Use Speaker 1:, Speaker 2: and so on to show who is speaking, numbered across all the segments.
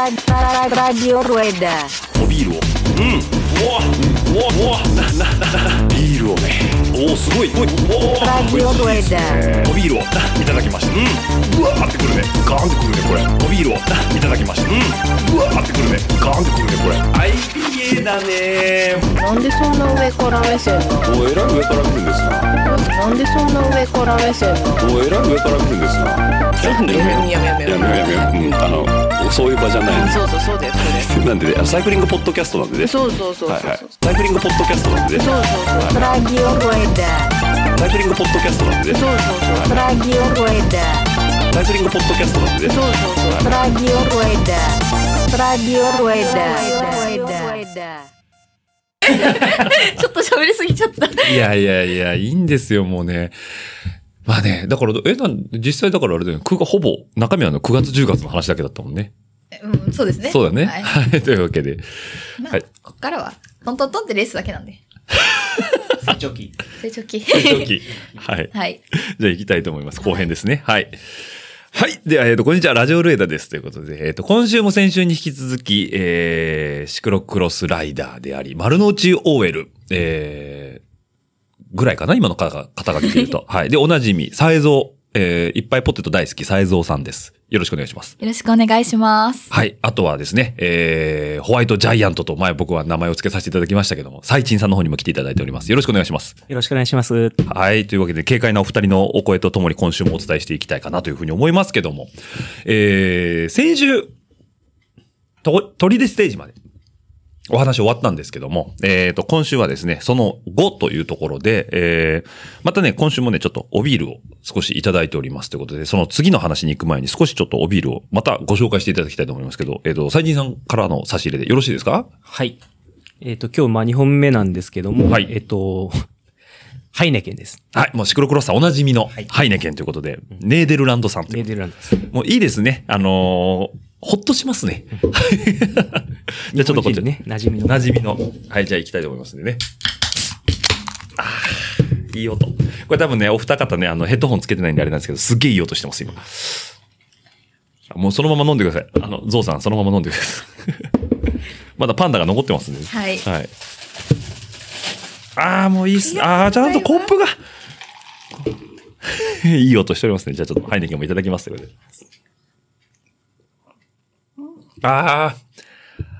Speaker 1: Radio Rueda.
Speaker 2: おビールをうんうわうわうわななななビールをねおおすごいおいお
Speaker 1: Radio
Speaker 2: お
Speaker 1: Rueda.
Speaker 2: おビールをないただきましたうんうわーってくるねガーンってくるねこれおビールをないただきましたうんうわーってくるねガーンってくるねこれ IPA だね
Speaker 3: なんでそんな上から目線なの
Speaker 2: おえらい上から来るんですな
Speaker 3: なんでそんな上から目線なの
Speaker 2: おえらい上から来るんですなちょっとねやめ
Speaker 3: や
Speaker 2: や
Speaker 3: めや
Speaker 2: めやめやめうんあのそういう場じゃない
Speaker 3: そうそうそうだよそうだよ
Speaker 2: なんでねサイクリングポッドキャストなんでね
Speaker 3: そうそうそうそうそう
Speaker 2: はいはいサイクリングポッドキャストなんでね
Speaker 3: そうそう
Speaker 1: Radio Rueda.
Speaker 2: サイクリングポッドキャストなんでね
Speaker 3: そうそうそう
Speaker 1: Radio Rueda.
Speaker 2: サイクリングポッドキャストなんでね
Speaker 3: そうそうそう
Speaker 1: Radio Rueda. Radio Rueda. Radio Rueda.
Speaker 4: ちょっと喋りすぎちゃった。
Speaker 5: いやいやいや、いいんですよ、もうね。まあね、だから、え、なん実際だからあれだよね、くがほぼ、中身はあの9月10月の話だけだったもんね。
Speaker 4: うん、そうですね。
Speaker 5: そうだね。
Speaker 4: はい。
Speaker 5: はい、というわ けで。
Speaker 4: まあ、
Speaker 5: はい
Speaker 4: こっからは、トントントンってレースだけなんで。
Speaker 6: 成長期。
Speaker 4: 成長期。
Speaker 5: 長期。はい。
Speaker 4: はい。
Speaker 5: じゃあ行きたいと思います。後編ですね。はい。はい。では、えっ、と、こんにちは。ラジオルエダです。ということで、えっ、と、今週も先週に引き続き、えー、シクロクロスライダーであり、丸の内 OL、えー、ぐらいかな今の方が肩書きで言 うと。はい。で、おなじみ、サイゾウ、えー、いっぱいポテト大好き、サイゾウさんです。よろしくお願いします。
Speaker 4: よろしくお願いします。
Speaker 5: はい。あとはですね、えー、ホワイトジャイアントと前僕は名前を付けさせていただきましたけども、サイチンさんの方にも来ていただいております。よろしくお願いします。
Speaker 6: よろしくお願いします。
Speaker 5: はい。というわけで、軽快なお二人のお声とともに今週もお伝えしていきたいかなというふうに思いますけども、えー、先週、と、鳥でステージまでお話終わったんですけども、えー、と、今週はですね、その後というところで、えー、またね、今週もね、ちょっとおビールを少しいただいておりますということで、その次の話に行く前に少しちょっとおビールをまたご紹介していただきたいと思いますけど、えっ、と、最近さんからの差し入れでよろしいですか
Speaker 6: はい。えっ、と、今日、まあ、2本目なんですけども、
Speaker 5: はい
Speaker 6: えっ、と、 ハイネケンです。
Speaker 5: はい、もうシクロクロスさんおなじみのハイネケンということで、ネーデルランドさんという
Speaker 6: ネデルランドです。
Speaker 5: もういいですね。あのーほっとしますね。じゃあちょっとこっち、
Speaker 6: ね、馴染みの。
Speaker 5: 馴染みの。はい、じゃあ行きたいと思いますんでね。あーいい音。これ多分ね、お二方ね、あの、ヘッドホンつけてないんであれなんですけど、すっげえいい音してます、今。もうそのまま飲んでください。あの、ゾウさん、そのまま飲んでください。 まだパンダが残ってますんで、ね。
Speaker 4: はい
Speaker 5: はい。ああ、もういいっす。ああ、ちゃんとコップが。 いい音しておりますね。じゃあちょっとハイネケンもいただきますということで。あ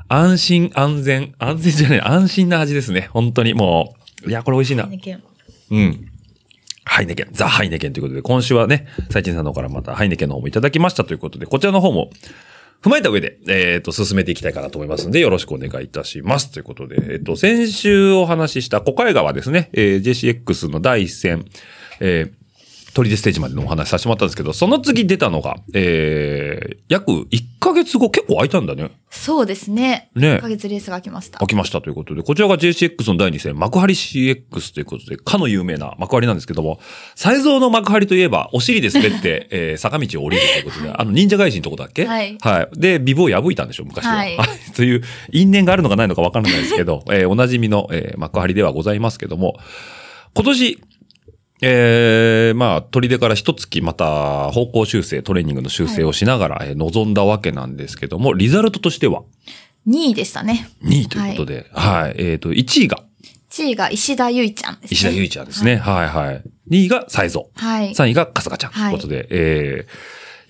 Speaker 5: あ、安心、安全、安全じゃない、安心な味ですね。本当にもう。いや、これ美味しいな。うん。ハイネケン、ザ・ハイネケンということで、今週はね、最近さんの方からまたハイネケンの方もいただきましたということで、こちらの方も踏まえた上で、えっ、と、進めていきたいかなと思いますので、よろしくお願いいたします。ということで、えっ、と、先週お話しした小海川ですね、えー JCX の第一戦、えー、トリデステージまでのお話しさせてもらったんですけど、その次出たのが、えー、約1ヶ月後、結構空いたんだね。
Speaker 4: そうですね。
Speaker 5: ね
Speaker 4: 1ヶ月レースが開きました
Speaker 5: 開。きましたということで、こちらが JCX の第2戦、幕張 CX ということで、かの有名な幕張なんですけども、才蔵の幕張といえば、お尻で滑って、 えー坂道を降りるということで、あの、忍者返しのとこだっけ
Speaker 4: はい
Speaker 5: で、美貌を破いたんでしょ、昔は。
Speaker 4: はい
Speaker 5: という、因縁があるのかないのかわからないですけど、 えーおなじみの、えー幕張ではございますけども、今年、ええまあ、取り出から一月また方向修正、トレーニングの修正をしながら、えー臨んだわけなんですけども、リザルトとしては、
Speaker 4: 2位でしたね。
Speaker 5: 2位ということで、はい。えっ、と、1位が
Speaker 4: 1位が石田ゆいちゃんです、ね。
Speaker 5: 石田ゆいちゃんですね。はい、はい、2位が才蔵。
Speaker 4: はい。
Speaker 5: 3位が春日ちゃん。とい
Speaker 4: は
Speaker 5: う
Speaker 4: い
Speaker 5: ことで、え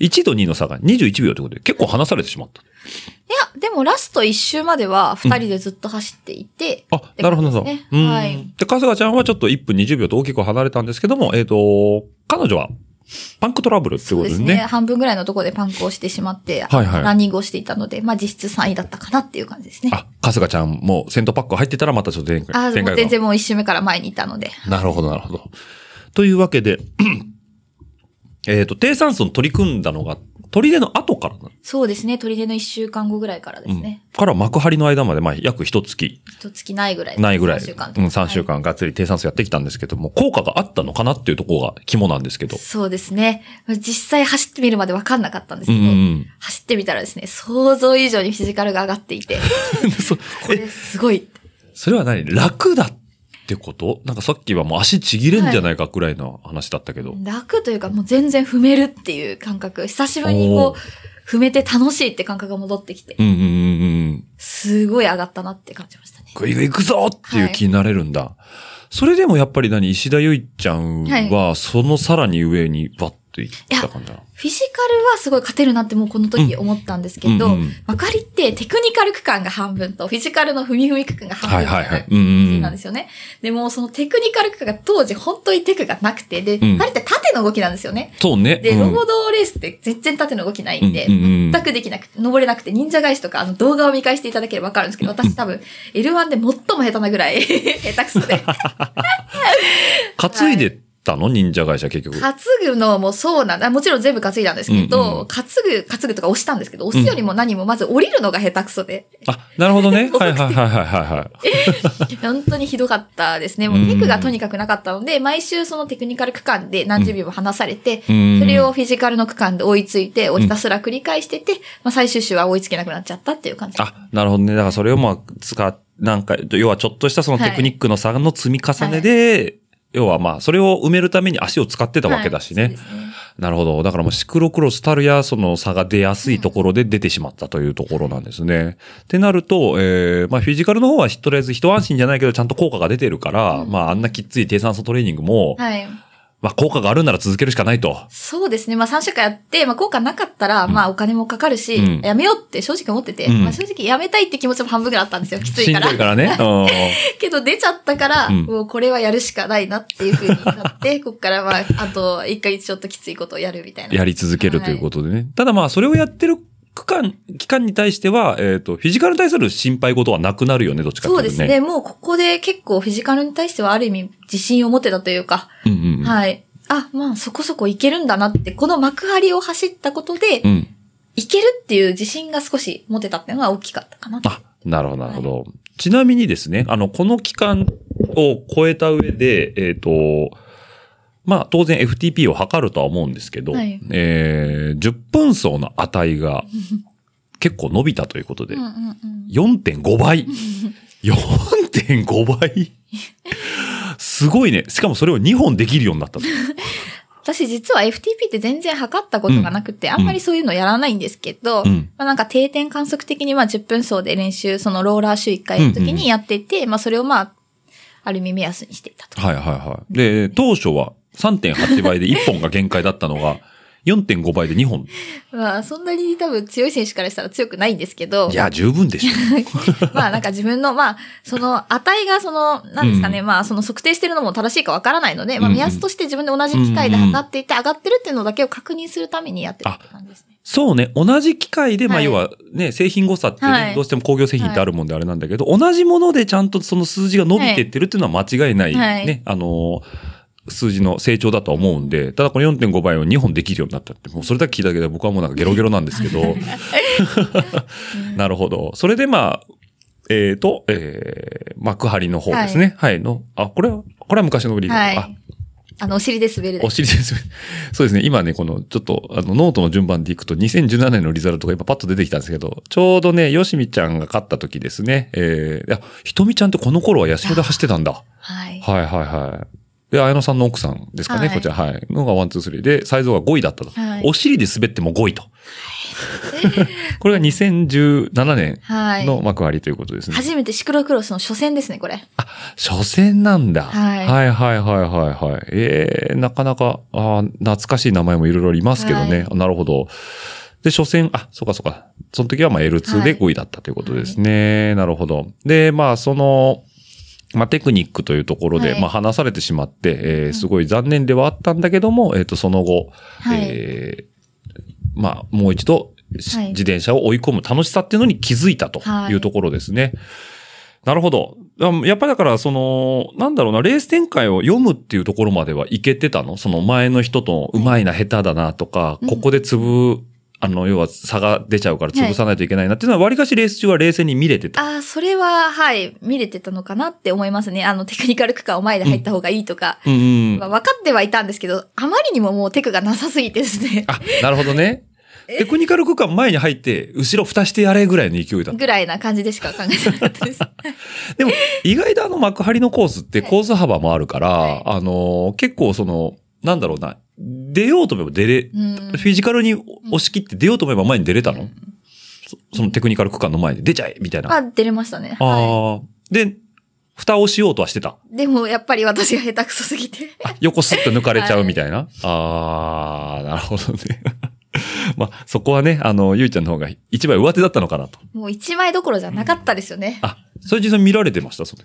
Speaker 5: ー、1位と2位の差が21秒ということで、結構離されてしまった。
Speaker 4: いや、でもラスト1周までは2人でずっと走っていて、
Speaker 5: あ、なるほど、なるほど。
Speaker 4: ね
Speaker 5: うん
Speaker 4: はい
Speaker 5: で、春日ちゃんはちょっと1分20秒と大きく離れたんですけども、えっ、と、彼女はパンクトラブルって
Speaker 4: そ
Speaker 5: こ
Speaker 4: う
Speaker 5: と
Speaker 4: で
Speaker 5: ですす
Speaker 4: ね
Speaker 5: ね。
Speaker 4: 半分ぐらいのところでパンクをしてしまって、
Speaker 5: はいはい
Speaker 4: ランニングをしていたので、まあ実質3位だったかなっていう感じですね。
Speaker 5: あ、春日ちゃんもセントパック入ってたらまたちょっと前回。
Speaker 4: あ、も
Speaker 5: 前
Speaker 4: う
Speaker 5: 回
Speaker 4: 全然もう1周目から前にいたので。
Speaker 5: なるほど、なるほど。というわけで、 えっと、低酸素に取り組んだのが、取り出の後からなんですね
Speaker 4: そうですね、砦の1週間後ぐらいからですね。
Speaker 5: うん、から幕張の間まで、まあ、約一月
Speaker 4: 一月ないぐらい。
Speaker 5: ないぐらい、
Speaker 4: 3週間
Speaker 5: うん、3週
Speaker 4: は
Speaker 5: 間がっつり低酸素やってきたんですけども、効果があったのかなっていうところが肝なんですけど
Speaker 4: い。そうですね。実際走ってみるまで分かんなかったんです
Speaker 5: うん
Speaker 4: け
Speaker 5: う
Speaker 4: ど、
Speaker 5: んうん。
Speaker 4: 走ってみたらですね、想像以上にフィジカルが上がって いて、
Speaker 5: そ
Speaker 4: これ
Speaker 5: え、
Speaker 4: すごい。
Speaker 5: それは何楽だってことなんかさっきはもう足ちぎれんじゃないかくらいの話だったけど。
Speaker 4: 楽というかもう全然踏めるっていう感覚。久しぶりにこう、踏めて楽しいって感覚が戻ってきて、
Speaker 5: うんうんうんうん。
Speaker 4: すごい上がったなって感じましたね。
Speaker 5: グイグイ行くぞっていう気になれるんだ。それでもやっぱり何、石田ゆいちゃんは、そのさらに上にバッと行った感じだな。
Speaker 4: フィジカルはすごい勝てるなってもうこの時思ったんですけど、
Speaker 5: うんうん
Speaker 4: わかりってテクニカル区間が半分と、フィジカルの踏み踏み区間が半分
Speaker 5: はい
Speaker 4: みた
Speaker 5: はい
Speaker 4: な
Speaker 5: いはい。うんうんうん。
Speaker 4: なんですよね。でも、そのテクニカル区間が当時本当にテクがなくて、で、
Speaker 5: うん
Speaker 4: あれって縦の動きなんですよね。
Speaker 5: そうね。
Speaker 4: で、
Speaker 5: うん
Speaker 4: ロボドレースって全然縦の動きないんで、
Speaker 5: うんうんうん
Speaker 4: 全くできなくて、登れなくて、忍者返しとか、あの動画を見返していただければわかるんですけど、私多分、L1 で最も下手なぐらい、 下手くそで。
Speaker 5: 担いでったの忍者会社結局。
Speaker 4: 担ぐのもそうなんだ。もちろん全部担いだんですけど、
Speaker 5: うんうん
Speaker 4: 担ぐ、担ぐとか押したんですけど、押すよりも何もまず降りるのが下手くそで。
Speaker 5: あ、なるほど ね。はいはいはいはいはい。
Speaker 4: 本当にひどかったですね。もうテクがとにかくなかったので、毎週そのテクニカル区間で何十秒も離されて、
Speaker 5: うん
Speaker 4: それをフィジカルの区間で追いついて、ひたすら繰り返してて、まあ最終週は追いつけなくなっちゃったっていう感じ。
Speaker 5: あ、なるほどね。だからそれをまあ、使っ、なんか、要はちょっとしたそのテクニックの差の積み重ねで、要はまあ、それを埋めるために足を使ってたわけだし
Speaker 4: はいそう。で
Speaker 5: ね
Speaker 4: すね
Speaker 5: なるほど。だからもうシクロクロスたるやその差が出やすいところで出てしまったというところなんですね。ってなると、えーまあフィジカルの方はひとりあえず一安心じゃないけどちゃんと効果が出てるから、まああんなきっつい低酸素トレーニングも、
Speaker 4: はい。
Speaker 5: まあ効果があるなら続けるしかないと。
Speaker 4: そうですね。まあ3週間やって、まあ効果なかったら、まあお金もかかるし、
Speaker 5: うん
Speaker 4: やめようって正直思ってて、
Speaker 5: うん
Speaker 4: まあ正直やめたいって気持ちも半分ぐらいあったんですよ。きつ
Speaker 5: し
Speaker 4: い
Speaker 5: ん
Speaker 4: か
Speaker 5: ど
Speaker 4: ら。
Speaker 5: いか らね。う
Speaker 4: けど出ちゃったから、
Speaker 5: うん
Speaker 4: もうこれはやるしかないなっていうふうになって、こっからまあ、あと1回ちょっときついことをやるみたい
Speaker 5: ん
Speaker 4: な。
Speaker 5: やり続けるということでね。ただまあそれをやってる区間、期間に対しては、えっ、と、フィジカルに対する心配事はなくなるよね、どっちか
Speaker 4: そ
Speaker 5: と
Speaker 4: う
Speaker 5: い
Speaker 4: で
Speaker 5: うとね。
Speaker 4: すね。。もうここで結構フィジカルに対してはある意味自信を持てたというか、
Speaker 5: うんうんうん。
Speaker 4: はい。あ、まあそこそこいけるんだなって、この幕張を走ったことで、
Speaker 5: うん。
Speaker 4: いけるっていう自信が少し持てたっていうのは大きかったかな。
Speaker 5: あ、なるほど、なるほど。ちなみにですね、あの、この期間を超えた上で、えっ、と、まあ、当然 FTP を測るとは思うんですけど、
Speaker 4: はい
Speaker 5: えー10分走の値が結構伸びたということで、
Speaker 4: うんうんうん。
Speaker 5: 4.5倍4.5倍すごいね。しかもそれを2本できるようになったと。
Speaker 4: 私実は FTP って全然測ったことがなくて、あんまりそういうのやらないんですけど、
Speaker 5: うん
Speaker 4: まあなんか定点観測的には10分走で練習、そのローラー週1回の時にやってて、まあそれをまあ、ある意味目安にしていたと。
Speaker 5: はいはいはい。で、当初は3.8倍で1本が限界だったのが、4.5倍で2本。
Speaker 4: まあそんなに多分強い選手からしたら強くないんですけど
Speaker 5: い、や、十分でしょ。
Speaker 4: まあなんか自分の、まあ、その値がその、なんですかね、
Speaker 5: う
Speaker 4: まあその測定してるのも正しいかわからないので、まあ
Speaker 5: うんうん
Speaker 4: 目安として自分で同じ機械で測っていて上がってるっていうのだけを確認するためにやってたって感じですね。
Speaker 5: そうね。同じ機械で、まあ、
Speaker 4: はい
Speaker 5: 要はね、製品誤差ってね、
Speaker 4: はい
Speaker 5: どうしても工業製品ってあるもんであれなんだけど、同じものでちゃんとその数字が伸びてってるっていうのは間違いない、
Speaker 4: はい
Speaker 5: ね、あのー数字の成長だとは思うんで、ただこの4.5倍を2本できるようになったって、もうそれだけ聞いただけで僕はもうなんかゲロゲロなんです けど。なるほど。それでまあ、えー、と、えー、幕張の方ですね。はい、の、あ、これは、これは昔のブリーダー
Speaker 4: は
Speaker 5: あ
Speaker 4: い。あの、お尻で滑る
Speaker 5: お尻です。そうですね。今ね、この、ちょっと、あの、ノートの順番でいくと、2017年のリザルトが今パッと出てきたんですけど、ちょうどね、よしみちゃんが勝った時ですね。えー、いや、ひとみちゃんってこの頃は八代で走ってたんだ。
Speaker 4: はい。
Speaker 5: はいはいはい。で、綾野さんの奥さんですかね、
Speaker 4: はい
Speaker 5: こちら。はい。のがワンツースリーで、サイズが5位だったと。
Speaker 4: はい
Speaker 5: お尻で滑っても5位と。これ が2017年
Speaker 4: はい。
Speaker 5: の幕張ということですね。
Speaker 4: 初めてシクロクロスの初戦ですね、これ。
Speaker 5: 初戦なんだ。
Speaker 4: はい
Speaker 5: はいはいはいはいはい。ええなかなか、あー懐かしい名前もいろいろありますけどね。なるほど。で、初戦、あ、そうかそうか。その時はまあ L2 で
Speaker 4: はい
Speaker 5: 5位だったということですね。なるほど。で、まあその、まあテクニックというところで、
Speaker 4: はい
Speaker 5: まあ話されてしまって、えーすごい残念ではあったんだけども、えっ、と、その後、
Speaker 4: はい
Speaker 5: えーまあもう一度、し
Speaker 4: はい
Speaker 5: 自転車を追い込む楽しさっていうのに気づいたと
Speaker 4: はい
Speaker 5: いうところですね。なるほど。あやっぱりだから、その、なんだろうな、レース展開を読むっていうところまではいけてたのその前の人と、うまいな、下手だなとか、
Speaker 4: うん
Speaker 5: ここで粒、あの、要は差が出ちゃうから潰さないといけないなっていうのは、わりかしレース中は冷静に見れてた。
Speaker 4: ああ、それは、はい、見れてたのかなって思いますね。あの、テクニカル区間を前で入った方がいいとか、
Speaker 5: うんうん
Speaker 4: まあ、。分かってはいたんですけど、あまりにももうテクがなさすぎてですね、
Speaker 5: あ、なるほどね。テクニカル区間前に入って、後ろ蓋してやれぐらいの勢いだった。
Speaker 4: ぐらいな感じでしか考えてなかった です。
Speaker 5: でも、意外とあの幕張のコースってコース幅もあるから、
Speaker 4: はい
Speaker 5: あのー結構その、なんだろうな、出ようと思えば出れ、
Speaker 4: うん
Speaker 5: フィジカルに押し切って出ようと思えば前に出れたの、そそのテクニカル区間の前で出ちゃえみたいな。
Speaker 4: あ、出れましたね。
Speaker 5: あ
Speaker 4: は
Speaker 5: あ、で、蓋をしようとはしてた。
Speaker 4: い。でも、やっぱり私が下手くそすぎて。
Speaker 5: あ横すっと抜かれちゃうみたいな。ああ、なるほどね。 まあ、そこはね、あの、ゆいちゃんの方が一番上手だったのかなと。
Speaker 4: もう一枚どころじゃなかったですよね。
Speaker 5: あ、それ実際見られてました、それ。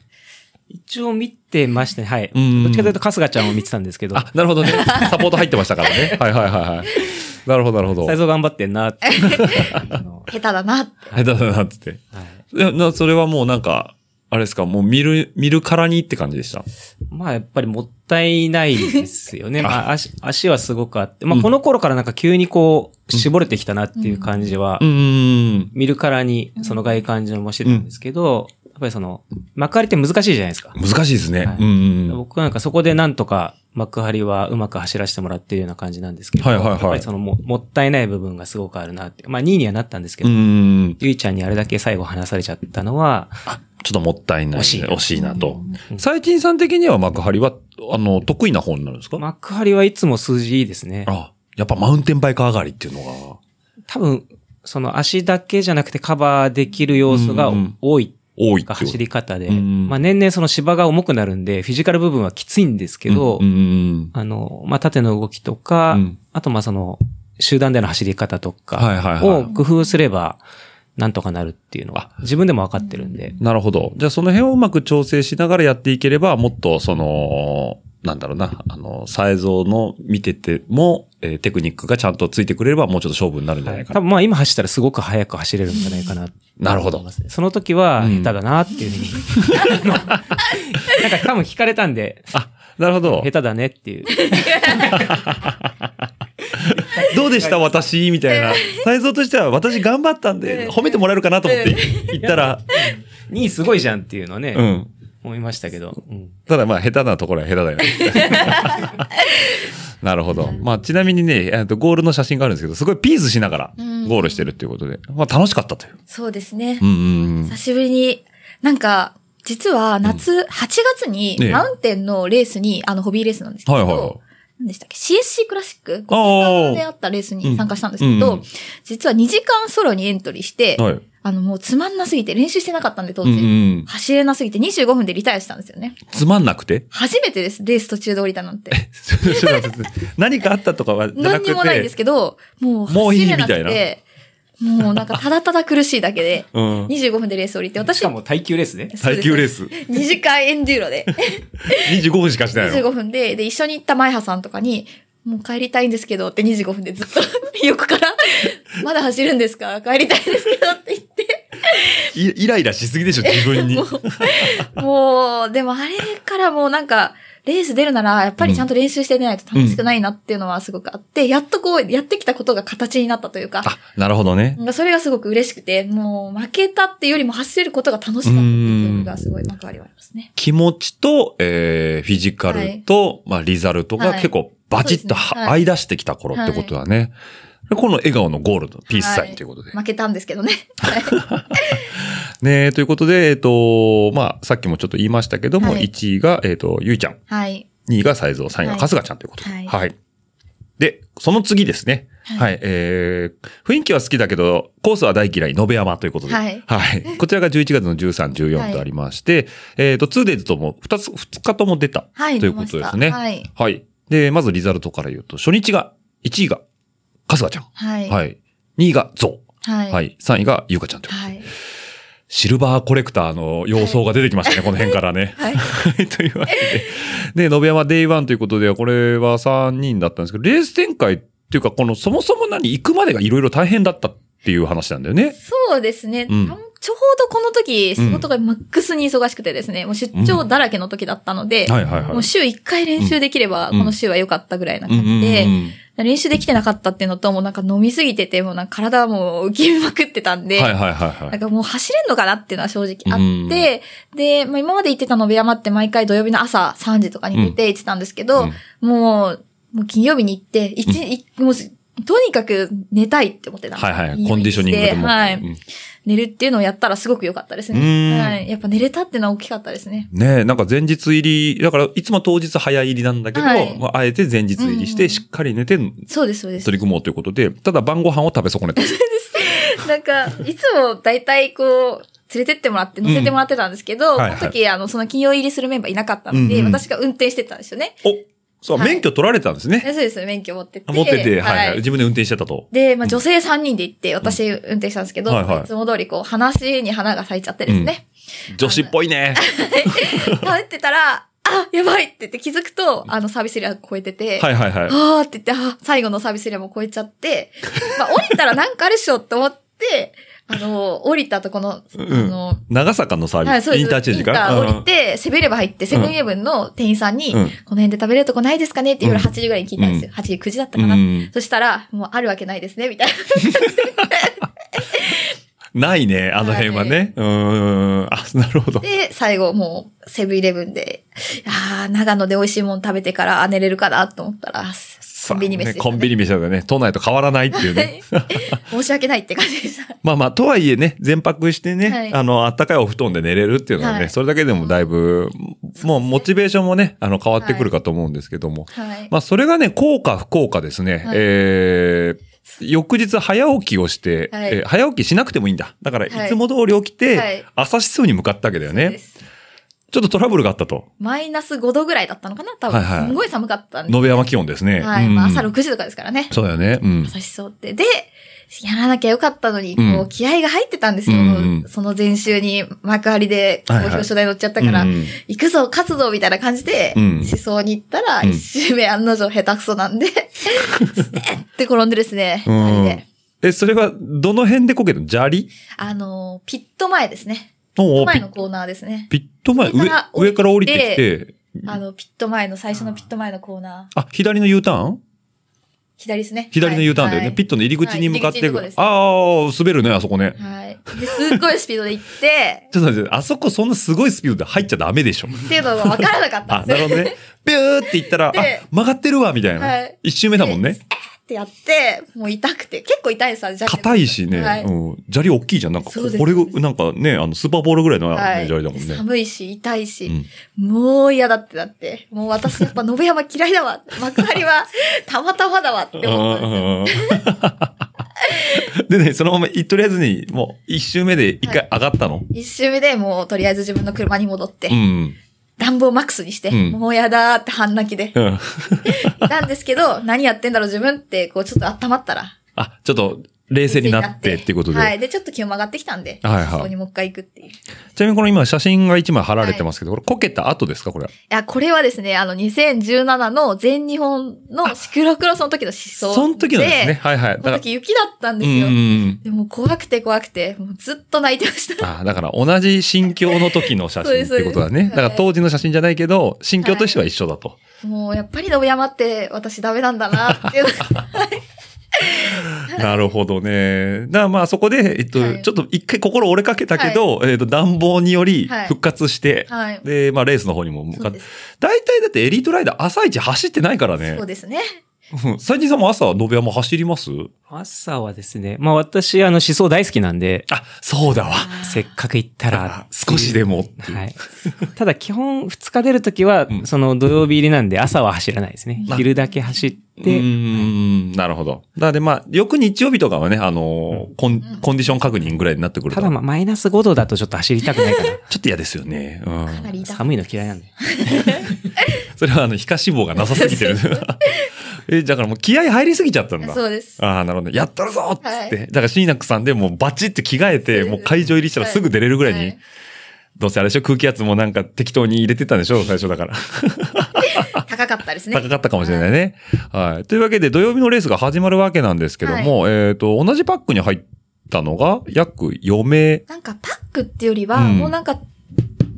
Speaker 6: 一応見てましたね。はい。
Speaker 5: うん
Speaker 6: どっちかというと、春日ちゃんを見てたんですけど、
Speaker 5: あ、なるほどね。サポート入ってましたから ね。はいはいはいはい。なるほど、なるほど。
Speaker 6: サイ
Speaker 5: 下
Speaker 6: ズ頑張ってんな って。あの
Speaker 4: 下手だなって。
Speaker 5: 手だな、つって。
Speaker 6: はい
Speaker 5: いやな、それはもうなんか、あれですか、もう見る、見るからにって感じでした。
Speaker 6: まあ、やっぱりもったいないです よね。
Speaker 5: あ
Speaker 6: まあ、足、足はすごくあって。ま
Speaker 5: う
Speaker 6: あ、
Speaker 5: ん
Speaker 6: この頃からなんか急にこう、絞れてきたなっていう感じは
Speaker 5: う、ーん。
Speaker 6: 見るからに、その外観上もしてたんですけど、やっぱりその、幕張って難しいじゃないですか。
Speaker 5: 難しいですね。
Speaker 6: はい
Speaker 5: うんうん。
Speaker 6: 僕はなんかそこでなんとか幕張はうまく走らせてもらってるような感じなんですけど、
Speaker 5: はいはいはい
Speaker 6: やっぱりそのももったいない部分がすごくあるなって。まあ2位にはなったんですけ
Speaker 5: う
Speaker 6: ど、
Speaker 5: ん。
Speaker 6: ゆいちゃんにあれだけ最後話されちゃったのは、
Speaker 5: ちょっともったいない、
Speaker 6: 惜しい
Speaker 5: 惜しいなと。最近さん的には幕張は、あの、得意な方になるんですか、
Speaker 6: 幕張はいつも数字いいですね。
Speaker 5: あ、やっぱマウンテンバイク上がりっていうのが
Speaker 6: 多分、その足だけじゃなくてカバーできる要素が
Speaker 5: うんうん
Speaker 6: 多い
Speaker 5: 多いっていう。
Speaker 6: が走り方で、
Speaker 5: うんうん
Speaker 6: まあ年々その芝が重くなるんで、フィジカル部分はきついんですけど、
Speaker 5: うんうん
Speaker 6: あの、まあ縦の動きとか、
Speaker 5: うん
Speaker 6: あとまあその、集団での走り方とか、
Speaker 5: はいはいはい
Speaker 6: を工夫すれば、なんとかなるっていうのは、自分でも分かってるんで。
Speaker 5: なるほど。じゃあその辺をうまく調整しながらやっていければ、もっとその、なんだろうな、あの、サイズの見てても、えーテクニックがちゃんとついてくれれば、もうちょっと勝負になるんじゃないか
Speaker 6: 多
Speaker 5: な。
Speaker 6: 分まあ今走ったらすごく速く走れるんじゃないかな。
Speaker 5: なるほど
Speaker 6: 思いますねその時は
Speaker 5: う
Speaker 6: 下
Speaker 5: ん
Speaker 6: 手だなっていうふう に。なんか多分聞かれたんで、
Speaker 5: あ、なるほど
Speaker 6: 下。手だねっていう。
Speaker 5: どうでした私みたいな。サイズとしては、私頑張ったんで、褒めてもらえるかなと思って言ったら、
Speaker 6: 2位すごいじゃんっていうのね、
Speaker 5: うん。
Speaker 6: 思いましたけど。うん
Speaker 5: ただまあ下手なところは下手だ よね。なるほど。まあちなみにね、えっとゴールの写真があるんですけど、すごいピースしながらゴ
Speaker 4: うん
Speaker 5: ールしてるっていうことで、まあ楽しかったという。
Speaker 4: そうですね。
Speaker 5: うんうんうん
Speaker 4: 久しぶりに、なんか、実は夏、8月に
Speaker 5: ええ
Speaker 4: マウンテンのレースに、あの、ホビーレースなんですけど、
Speaker 5: はいはいはい
Speaker 4: 何でしたっけ ?CSC クラシック
Speaker 5: ああ
Speaker 4: ?5 時間であったレースに参加したんですけ
Speaker 5: う
Speaker 4: ど、
Speaker 5: んうん
Speaker 4: 実は2時間ソロにエントリーして、
Speaker 5: はい。
Speaker 4: あの、もうつまんなすぎて練習してなかったんで、当
Speaker 5: う
Speaker 4: 時。
Speaker 5: んうん。
Speaker 4: 走れなすぎて25分でリタイアしたんですよね。
Speaker 5: つまんなく て
Speaker 4: 初めてです、レース途中で降りたなんて。
Speaker 5: ちょっと待って何かあったとかはじゃな
Speaker 4: 何
Speaker 5: く
Speaker 4: に
Speaker 5: て。
Speaker 4: もないんですけど、もう
Speaker 5: もういい
Speaker 4: 走れなくて、もうなんかただただ苦しいだけで、
Speaker 5: うん。
Speaker 4: 25分でレース降りて、
Speaker 6: し
Speaker 4: 私
Speaker 6: か、も耐久レースね。
Speaker 5: 耐久レース。
Speaker 4: 2時間エンデューロ で。
Speaker 5: 25分しかしてないの。
Speaker 4: 25分で、で、一緒に行った前葉さんとかに、もう帰りたいんですけどって25分でずっと 横から、まだ走るんですか帰りたいんですけどって言って、
Speaker 5: イイライラしすぎでしょ、自分に。
Speaker 4: もう、でもあれからもうなんか、レース出るなら、やっぱりちゃんと練習して出ないと楽しくないなっていうのはすごくあって、やっとこう、やってきたことが形になったというか、
Speaker 5: あ、なるほどね。
Speaker 4: なんかそれがすごく嬉しくて、もう負けたっていうよりも走れることが楽しかったっていうのがすごい幕張りはありますね。
Speaker 5: 気持ちと、えー、フィジカルと、まあ、リザルトが
Speaker 4: はい
Speaker 5: 結構バチッと
Speaker 4: そうですね
Speaker 5: は、
Speaker 4: はい
Speaker 5: 合い出してきた頃ってことだね。でこの笑顔のゴールド、ピースサインということで。
Speaker 4: 負けたんですけどね。
Speaker 5: ねということで、えっ、と、まあ、さっきもちょっと言いましたけども、
Speaker 4: はい
Speaker 5: 1位が、えっ、と、ゆいちゃん、
Speaker 4: はい。
Speaker 5: 2位がサイズを、3位が
Speaker 4: はい
Speaker 5: 春日ちゃんということで。は。
Speaker 4: はいい
Speaker 5: で、その次ですね。はい、えー、雰囲気は好きだけど、コースは大嫌い、延山ということで。
Speaker 4: はい
Speaker 5: こちらが11月の13、14とありまして、えっ、と、2days とも2つ、2日とも出た。
Speaker 4: はい。
Speaker 5: ということです
Speaker 4: 出
Speaker 5: ね。
Speaker 4: ましたはい。
Speaker 5: はい。で、まずリザルトから言うと、初日が、1位が、春日ちゃん。
Speaker 4: はい。
Speaker 5: はい。2位が、ゾ
Speaker 4: は
Speaker 5: ウ。
Speaker 4: い。
Speaker 5: はい。3位が、ゆうかちゃんという。
Speaker 4: はい。
Speaker 5: シルバーコレクターの様相が出てきましたね、この辺からね。
Speaker 4: はい。
Speaker 5: はい。というわけで。で、延山デイワンということで、これは3人だったんですけど、レース展開っていうか、この、そもそも何、行くまでがいろいろ大変だったっていう話なんだよね。
Speaker 4: そうですね。
Speaker 5: うん
Speaker 4: たちょうどこの時、仕事がマックスに忙しくてですね、もう出張だらけの時だったので、
Speaker 5: はいはいはい。
Speaker 4: もう週1回練習できれば、
Speaker 5: うん
Speaker 4: この週は良かったぐらいな
Speaker 5: うんう
Speaker 4: 感
Speaker 5: ん
Speaker 4: じ
Speaker 5: う
Speaker 4: で、
Speaker 5: ん
Speaker 4: 練習できてなかったっていうのと、もうなんか飲みすぎてて、もうなんか体はもう浮きまくってたんで、
Speaker 5: はいはいはいは
Speaker 4: ないん。かもう走れんのかなっていうのは正直あって、で、まあ、今まで行ってたのべ山って毎回土曜日の朝3時とかに出て行ってたんですけど、
Speaker 5: うん
Speaker 4: もう、もう金曜日に行って、一、いもう、とにかく寝たいって思ってたんです
Speaker 5: はいは
Speaker 4: 金曜
Speaker 5: い。
Speaker 4: 日に
Speaker 5: コンディショニングでも。
Speaker 4: はい。
Speaker 5: うん
Speaker 4: 寝るっていうのをやったらすごく良かったです
Speaker 5: うん
Speaker 4: ね。はい。やっぱ寝れたっていうのは大きかったですね。
Speaker 5: ねえ、なんか前日入り、だからいつも当日早入りなんだけど、
Speaker 4: はい
Speaker 5: まあ、あえて前日入り
Speaker 4: う
Speaker 5: して
Speaker 4: ん
Speaker 5: しっかり寝て取
Speaker 4: そうです、そうです。
Speaker 5: り組もうということで、ただ晩ご飯を食べ損ねた。
Speaker 4: なんか、いつも大体こう、連れてってもらって、乗せてもらってたんですけど、
Speaker 5: うんはいはい
Speaker 4: この時、あの、その金曜入りするメンバーいなかったので、
Speaker 5: うんうん
Speaker 4: 私が運転してたんですよね。
Speaker 5: おそう、
Speaker 4: はい
Speaker 5: 免許取られたんですね。
Speaker 4: でそうです、免許持ってて。
Speaker 5: 持ってて、はい、はい、自分で運転してたと。
Speaker 4: で、まあ、女性3人で行って、私運転したんですけど、
Speaker 5: はいはい
Speaker 4: いつも通りこう、話に花が咲いちゃってですね。
Speaker 5: 女子っぽいね。
Speaker 4: 食べてたら、あ、やばいって言って気づくと、あの、サービスエリア超えてて、
Speaker 5: はいはいはい。
Speaker 4: あーって言って、あー最後のサービスエリアも超えちゃ って、まあ、降りたらなんかあるっしょって思って、あの、降りたとこの、あ
Speaker 5: うん
Speaker 4: の、
Speaker 5: 長坂のサービス、
Speaker 4: はい、そうです。
Speaker 5: インターチェンジか
Speaker 4: インター
Speaker 5: うん
Speaker 4: 降りて、セブンイレブン入って、セブンイレブンの店員さんに、
Speaker 5: うん
Speaker 4: この辺で食べれるとこないですかねって夜8時ぐらいに聞いたんですよ。8時、9時だったかな。
Speaker 5: うん
Speaker 4: そしたら、もうあるわけないですね、みたいな。
Speaker 5: ないね、あの辺はね。うーん。あ、なるほど。
Speaker 4: で、最後、もう、セブンイレブンで、あー長野で美味しいもの食べてからあ寝れるかなと思ったら、コンビニ飯で
Speaker 5: ね
Speaker 4: した、ね。
Speaker 5: コンビニ飯だよね。都内と変わらないっていうね。
Speaker 4: 申し訳ないって感じでした。
Speaker 5: まあまあ、とはいえね、全泊してね、
Speaker 4: はい
Speaker 5: あの、あったかいお布団で寝れるっていうのはね、
Speaker 4: はい
Speaker 5: それだけでもだいぶ、もうモチベーションもね、あの、変わってくるかと思うんですけども。
Speaker 4: はい。
Speaker 5: まあ、それがね、効果不効果ですね。
Speaker 4: はい
Speaker 5: えー、翌日早起きをして、
Speaker 4: はい
Speaker 5: えー早起きしなくてもいいんだ。だから、い
Speaker 4: はい
Speaker 5: つも通り起きて、
Speaker 4: はい
Speaker 5: 朝指数に向かったわけだよ
Speaker 4: そうで
Speaker 5: ね。
Speaker 4: す
Speaker 5: ちょっとトラブルがあったと。
Speaker 4: マイナス5度ぐらいだったのかな多分。
Speaker 5: はいはい
Speaker 4: すんごい寒かったんで。
Speaker 5: 延山気温ですね。
Speaker 4: はい。
Speaker 5: うん
Speaker 4: まあ、朝6時とかですからね。
Speaker 5: そうだよね。うん。
Speaker 4: 優しそうって。で、やらなきゃよかったのに、
Speaker 5: うん
Speaker 4: こう、気合が入ってたんですよ。
Speaker 5: うんうん
Speaker 4: その前週に幕張で、こう
Speaker 5: はいはい
Speaker 4: 表彰台乗っちゃったから、
Speaker 5: うん
Speaker 4: 行くぞ、勝つぞ、みたいな感じで、
Speaker 5: うん
Speaker 4: 思想に行ったら、
Speaker 5: うん
Speaker 4: 一周目案の定下手くそなんで、って転んでですね、
Speaker 5: うん
Speaker 4: 二人で
Speaker 5: え、それは、どの辺でこけたの砂利
Speaker 4: あのー、ピット前ですね。
Speaker 5: おー
Speaker 4: 前
Speaker 5: ピ
Speaker 4: のコーナーですね。
Speaker 5: ピット前、上
Speaker 4: 上から、
Speaker 5: 上から降りてきて、
Speaker 4: あの、ピット前の、最初のピット前のコーナー、
Speaker 5: あ、左の U ターン
Speaker 4: 左ですね。
Speaker 5: 左の U ターンだよね。
Speaker 4: はい
Speaker 5: ピットの入り口に向かっていく。
Speaker 4: はい入り口の
Speaker 5: ああ、滑るね、あそこね。
Speaker 4: はい。ですっごいスピードで行って、
Speaker 5: ちょっと待って、あそこそんなすごいスピードで入っちゃダ メでしょ。
Speaker 4: っていうのが分からなかった
Speaker 5: あ、
Speaker 4: んです
Speaker 5: なるほどね。ビューって行ったら、あ
Speaker 4: で、
Speaker 5: 曲がってるわ、みたい
Speaker 4: は。
Speaker 5: ない一周目だもんね。
Speaker 4: ってやって、もう痛くて、結構痛いです、あれ、ジャケット
Speaker 5: 硬いしね、
Speaker 4: はい
Speaker 5: うん、砂利大きいじゃん。なんか、
Speaker 4: そうです
Speaker 5: これぐ、なんかね、あの、スーパーボールぐらいのね
Speaker 4: はい、
Speaker 5: 砂利だもんね。
Speaker 4: 寒いし、痛いし、もう嫌だってなって、もう私やっぱ延山嫌いだ わ、幕張はたまたまだわって思ったんですよ。
Speaker 5: でね、そのまま、いとりあえずに、もう、一周目で一回上がったの。
Speaker 4: 一周目でもうとりあえず自分の車に戻って、
Speaker 5: うん。
Speaker 4: 暖房マックスにして、
Speaker 5: うん
Speaker 4: もうやだーって半泣きで、
Speaker 5: うん。
Speaker 4: いたんですけど、 何やってんだろう自分って、こうちょっと温まったら。
Speaker 5: あ、ちょっと、冷静になってっていうことで。
Speaker 4: はい。で、ちょっと気温も上がってきたんで、
Speaker 5: はいはい
Speaker 4: そこにもう一回行くっていう。い
Speaker 5: ちなみにこの今写真が1枚貼られてますけど、これこけた後ですかこれ。
Speaker 4: や、これはですね、あの、2017の全日本のシクロクロスの時の思想。
Speaker 5: その時のですね。はいはい。
Speaker 4: この
Speaker 5: だから、
Speaker 4: 時雪だったん
Speaker 5: う
Speaker 4: です
Speaker 5: ん
Speaker 4: よ。
Speaker 5: うん
Speaker 4: でも怖くて怖くて、もうずっと泣いてまし
Speaker 5: うん。
Speaker 4: た。
Speaker 5: あーだから同じ心境の時の
Speaker 4: そ
Speaker 5: 写
Speaker 4: う
Speaker 5: 真
Speaker 4: で
Speaker 5: っ
Speaker 4: すそう
Speaker 5: て
Speaker 4: です
Speaker 5: ことだね。だから当時の写真じゃないけど、心境としては一緒だと。
Speaker 4: もうやっぱりの山って私ダメなんだなっていうの が
Speaker 5: なるほどね。だからまあそこで、えっと、
Speaker 4: はい
Speaker 5: ちょっと一回心折れかけたけど、えっと、暖房により
Speaker 4: はい
Speaker 5: 復活して、
Speaker 4: はい。
Speaker 5: で、まあレースの方にも向
Speaker 4: そ
Speaker 5: か
Speaker 4: う
Speaker 5: って
Speaker 4: で。す。
Speaker 5: 大体だってエリートライダー朝一走ってないからね
Speaker 4: そう。ですね。
Speaker 5: うん最近さんも朝、延山走ります
Speaker 6: 朝はですね、まあ私、あの、思想大好きなんで、
Speaker 5: あ、そうだわ。
Speaker 6: せっかく行ったら
Speaker 5: あ、少しでもっていう。
Speaker 6: はい。ただ基本2日出るときは、
Speaker 5: うん
Speaker 6: その土曜日入りなんで朝は走らないですね。
Speaker 5: あ
Speaker 6: 昼だけ走って、
Speaker 5: うーん、なるほど。なのでまあ、よく日曜日とかはね、あのーコン、コンディション確認ぐらいになってくる
Speaker 6: た
Speaker 5: と。
Speaker 6: だまあマイナス5度だとちょっと走りたくないから、
Speaker 5: ちょっと嫌ですよね。う。
Speaker 4: かなんり痛かっ
Speaker 6: 寒いの嫌いなんで。
Speaker 5: それはあの、皮下脂肪がなさすぎてる。 え、だからもう気合入りすぎちゃったん
Speaker 4: た
Speaker 5: だ。
Speaker 4: そうです。
Speaker 5: ああ、なるほど。やったるぞっつって。
Speaker 4: はい
Speaker 5: だから、シーナックさんでもうバチって着替えて、もう会場入りしたらすぐ出れるぐらいに。
Speaker 4: はい
Speaker 5: どうせあれでしょ空気圧もなんか適当に入れてたんでしょ最初だから。
Speaker 4: 高かったですね。
Speaker 5: 高かったかもしれないね。はい。というわけで、土曜日のレースが始まるわけなんですけども、えっ、と、同じパックに入ったのが、約4名。
Speaker 4: なんかパックっていうよりは、
Speaker 5: うん
Speaker 4: もうなんか、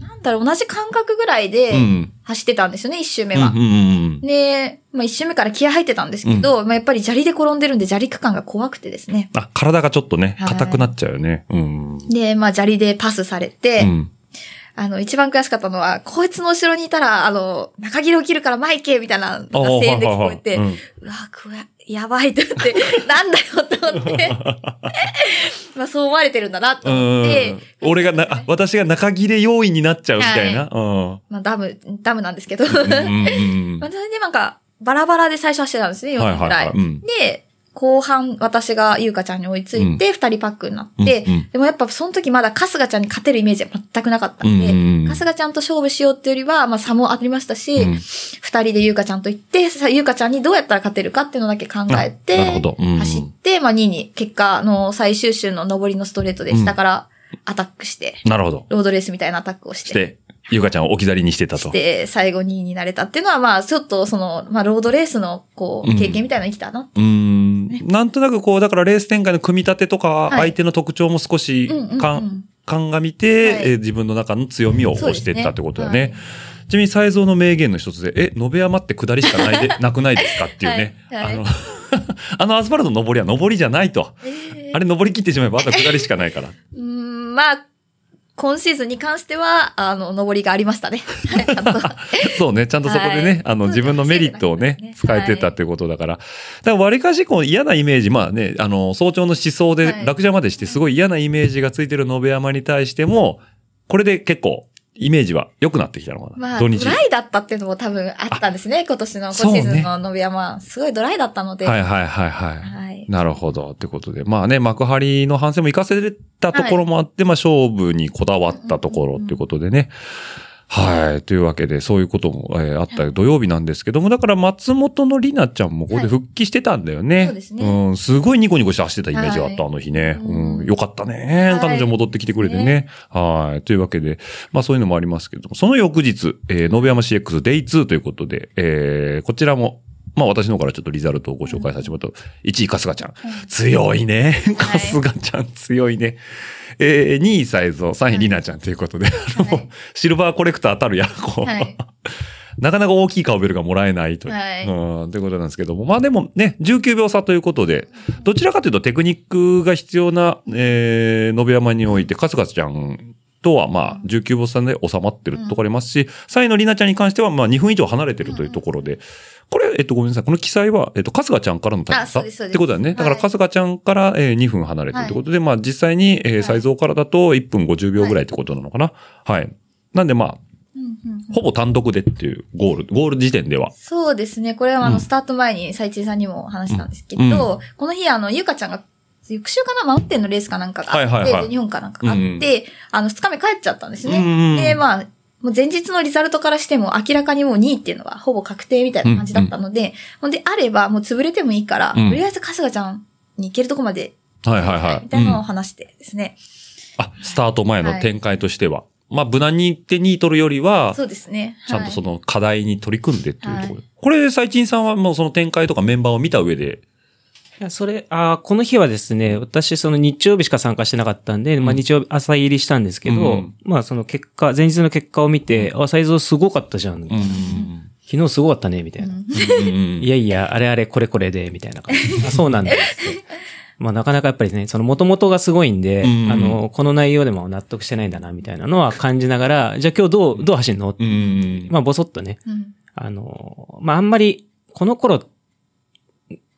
Speaker 4: なんだろう、同じ感覚ぐらいで
Speaker 5: うん。
Speaker 4: 走ってたんですよね、一周目
Speaker 5: うん
Speaker 4: は。
Speaker 5: うんうん
Speaker 4: で、まあ一周目から気合入ってたんですけど、まあやっぱり砂利で転んでるんで砂利区間が怖くてですね。
Speaker 5: あ、体がちょっとね、
Speaker 4: はい
Speaker 5: 硬くなっちゃうよね。うん。
Speaker 4: で、まあ砂利でパスされて、
Speaker 5: うん。
Speaker 4: あの、一番悔しかったのは、こいつの後ろにいたら、あの、中切れを切るから前行けみたいな、なんか声援で聞こえて、
Speaker 5: あーはいはいはいう
Speaker 4: わ、くわ、やばいって思って、 なんだよって思って、まあそう思われてるんだなと
Speaker 5: う
Speaker 4: 思っ
Speaker 5: ん
Speaker 4: て、
Speaker 5: 俺がな、あ私が中切れ要因になっちゃうみたいな。
Speaker 4: まあダム、ダムなんです けど、
Speaker 5: うん。う んうんうん
Speaker 4: まあ、それでなんか、バラバラで最初はしてたんですね、4人ぐ
Speaker 5: は
Speaker 4: ら
Speaker 5: い
Speaker 4: い。
Speaker 5: はいはいうん
Speaker 4: で、後半、私が優香ちゃんに追いついて、二人パックになって、
Speaker 5: うんうん
Speaker 4: でもやっぱその時まだ春日ちゃんに勝てるイメージは全くなかったんで、
Speaker 5: うんうんうん
Speaker 4: 春日ちゃんと勝負しようっていうよりは、まあ差もありましたし、
Speaker 5: うん
Speaker 4: 二人で優香ちゃんと行って、さ優香ちゃんにどうやったら勝てるかっていうのだけ考え
Speaker 5: あなるほ
Speaker 4: て
Speaker 5: ど、うんうん
Speaker 4: 走って、まあ2位に、結果あの最終週の上りのストレートで下からアタックして、
Speaker 5: なるほど。
Speaker 4: ロードレースみたいなアタックをして
Speaker 5: し、て、ゆかちゃんを置き去りにしてたと。
Speaker 4: で、最後2位になれたっていうのは、まあ、ちょっとその、まあ、ロードレースの、こ
Speaker 5: うん
Speaker 4: う、経験みたいなの生きたな。
Speaker 5: うーん。なんとなくこう、だからレース展開の組み立てとか、
Speaker 4: はい
Speaker 5: 相手の特徴も少し
Speaker 4: うんうんうん
Speaker 5: かん、鑑みて、
Speaker 4: はい
Speaker 5: えー自分の中の強みを
Speaker 4: そう
Speaker 5: 押
Speaker 4: ですね
Speaker 5: していったってことだよね。ちなみに、才蔵の名言の一つで、え、延山って下りしかないで、な くないですかっていうね。
Speaker 4: はいはい
Speaker 5: あの、 あのアスファルトの上りは上りじゃないと。
Speaker 4: えー
Speaker 5: あれ上り切ってしまえば、あとは下りしかないから。
Speaker 4: うーん、まあ、今シーズンに関しては、あの、上りがありましたね。はい あの
Speaker 5: そうね、ちゃんとそこでね、
Speaker 4: はい
Speaker 5: あの、自分のメリットをね
Speaker 4: そう、ですね
Speaker 5: 使えてたってことだから。だから、割かしこう嫌なイメージ、まあね、あの、早朝の思想で
Speaker 4: はい
Speaker 5: 落車までして、すごい嫌なイメージがついてる延山に対しても、これで結構、イメージは良くなってきたのかな、
Speaker 4: まあ、ド
Speaker 5: 土日。
Speaker 4: ライだったっていうのも多分あったんですね。今年の、今シ
Speaker 5: そうね
Speaker 4: ーズンの延山、すごいドライだったので。。
Speaker 5: はいいはいはいはい。
Speaker 4: はい。
Speaker 5: なるほど。ってことで。まあね、幕張の反省も活かせたところもあって、まあ勝負にこだわったところっていうことでね。はい。というわけで、そういうことも、えーあった土曜日なんですけども、だから松本里奈ちゃんもここで復帰してたんだよね。
Speaker 4: はいそうですね
Speaker 5: ん、すごいニコニコして走ってたイメージがあった、
Speaker 4: はい
Speaker 5: あの日ね。
Speaker 4: うん
Speaker 5: うん、よかったね。
Speaker 4: はい
Speaker 5: 彼女戻ってきてくれてね。はい。というわけで、まあそういうのもありますけども、その翌日、えー、延山 CX デイ2ということで、えー、こちらも、まあ私の方からちょっとリザルトをご紹介させてもらうと、1位、春日ちゃん。強いね。
Speaker 4: はい
Speaker 5: 春日ちゃん強いね。えー、2位、サイゾー、3位、リナちゃんということで、あの、
Speaker 4: はい
Speaker 5: シルバーコレクター当たるや、こう。
Speaker 4: はい。
Speaker 5: なかなか大きい顔ベルがもらえないという。
Speaker 4: はい
Speaker 5: うん、ということなんですけども。まあでもね、19秒差ということで、どちらかというとテクニックが必要な、えー、延山において、春日ちゃんとはまあ19秒差で収まってるところありますし、3位のりなちゃんに関してはまあ2分以上離れてるというところで、これ、えっと、ごめんなさい。この記載は、えっと、春日ちゃんからのタイム
Speaker 4: あそうですそう
Speaker 5: っ
Speaker 4: です
Speaker 5: てことだよね。だから、
Speaker 4: はい
Speaker 5: 春日ちゃんから、えー2分離れてるってことで、まあ、実際に、えー、
Speaker 4: い
Speaker 5: サイズからだと1分50秒ぐらいってことなのかな。はい、なんで、まあ、
Speaker 4: うんうん
Speaker 5: ほぼ単独でっていうゴール、ゴール時点では。
Speaker 4: そうですね。これはあ
Speaker 5: うん
Speaker 4: の、スタート前に、斎藤さんにも話したんですけ
Speaker 5: うん
Speaker 4: ど、この日、あの、ゆかちゃんが、翌週かなマウンテンのレースかなんかがあって、
Speaker 5: はいはいはい
Speaker 4: で日本かなんかがあって、
Speaker 5: うんうん
Speaker 4: あの、二日目帰っちゃったんですね。
Speaker 5: うんうん
Speaker 4: で、まあ、もう前日のリザルトからしても明らかにもう2位っていうのはほぼ確定みたいな感じだったので、ほんであればもう潰れてもいいから、
Speaker 5: うん
Speaker 4: とりあえず春日ちゃんに行けるとこまで、
Speaker 5: はいはいはい。
Speaker 4: みたいなのを
Speaker 5: うん
Speaker 4: 話してですね。
Speaker 5: あ、スタート前の展開としては。まあ、無難に行って2位取るよりは
Speaker 4: そ、うですね。
Speaker 5: ちゃんとそ
Speaker 4: の、
Speaker 5: の課題に取り組んでっていうところ。これ、最近さんはもうその展開とかメンバーを見た上で、
Speaker 6: いや、それ、あーこの日はですね、私、その日曜日しか参加してなかったんで、まあ日曜日、朝入りしたんですけど、
Speaker 5: うん
Speaker 6: まあその結果、前日の結果を見て、あ、サイズすごかったじゃん。
Speaker 5: うん
Speaker 6: 昨日すごかったね、みたいな。
Speaker 5: うんうん
Speaker 6: いやいや、あれあれ、これこれで、みたいな感じ。あそうなんだ。まあなかなかやっぱりね、その元々がすごいんで、
Speaker 5: うん
Speaker 6: あの、この内容でも納得してないんだな、みたいなのは感じながら、じゃあ今日どう、どう走るの、
Speaker 5: うんうん。
Speaker 6: まあぼそっとね、
Speaker 4: うん
Speaker 6: あの、まあ、あんまり、この頃、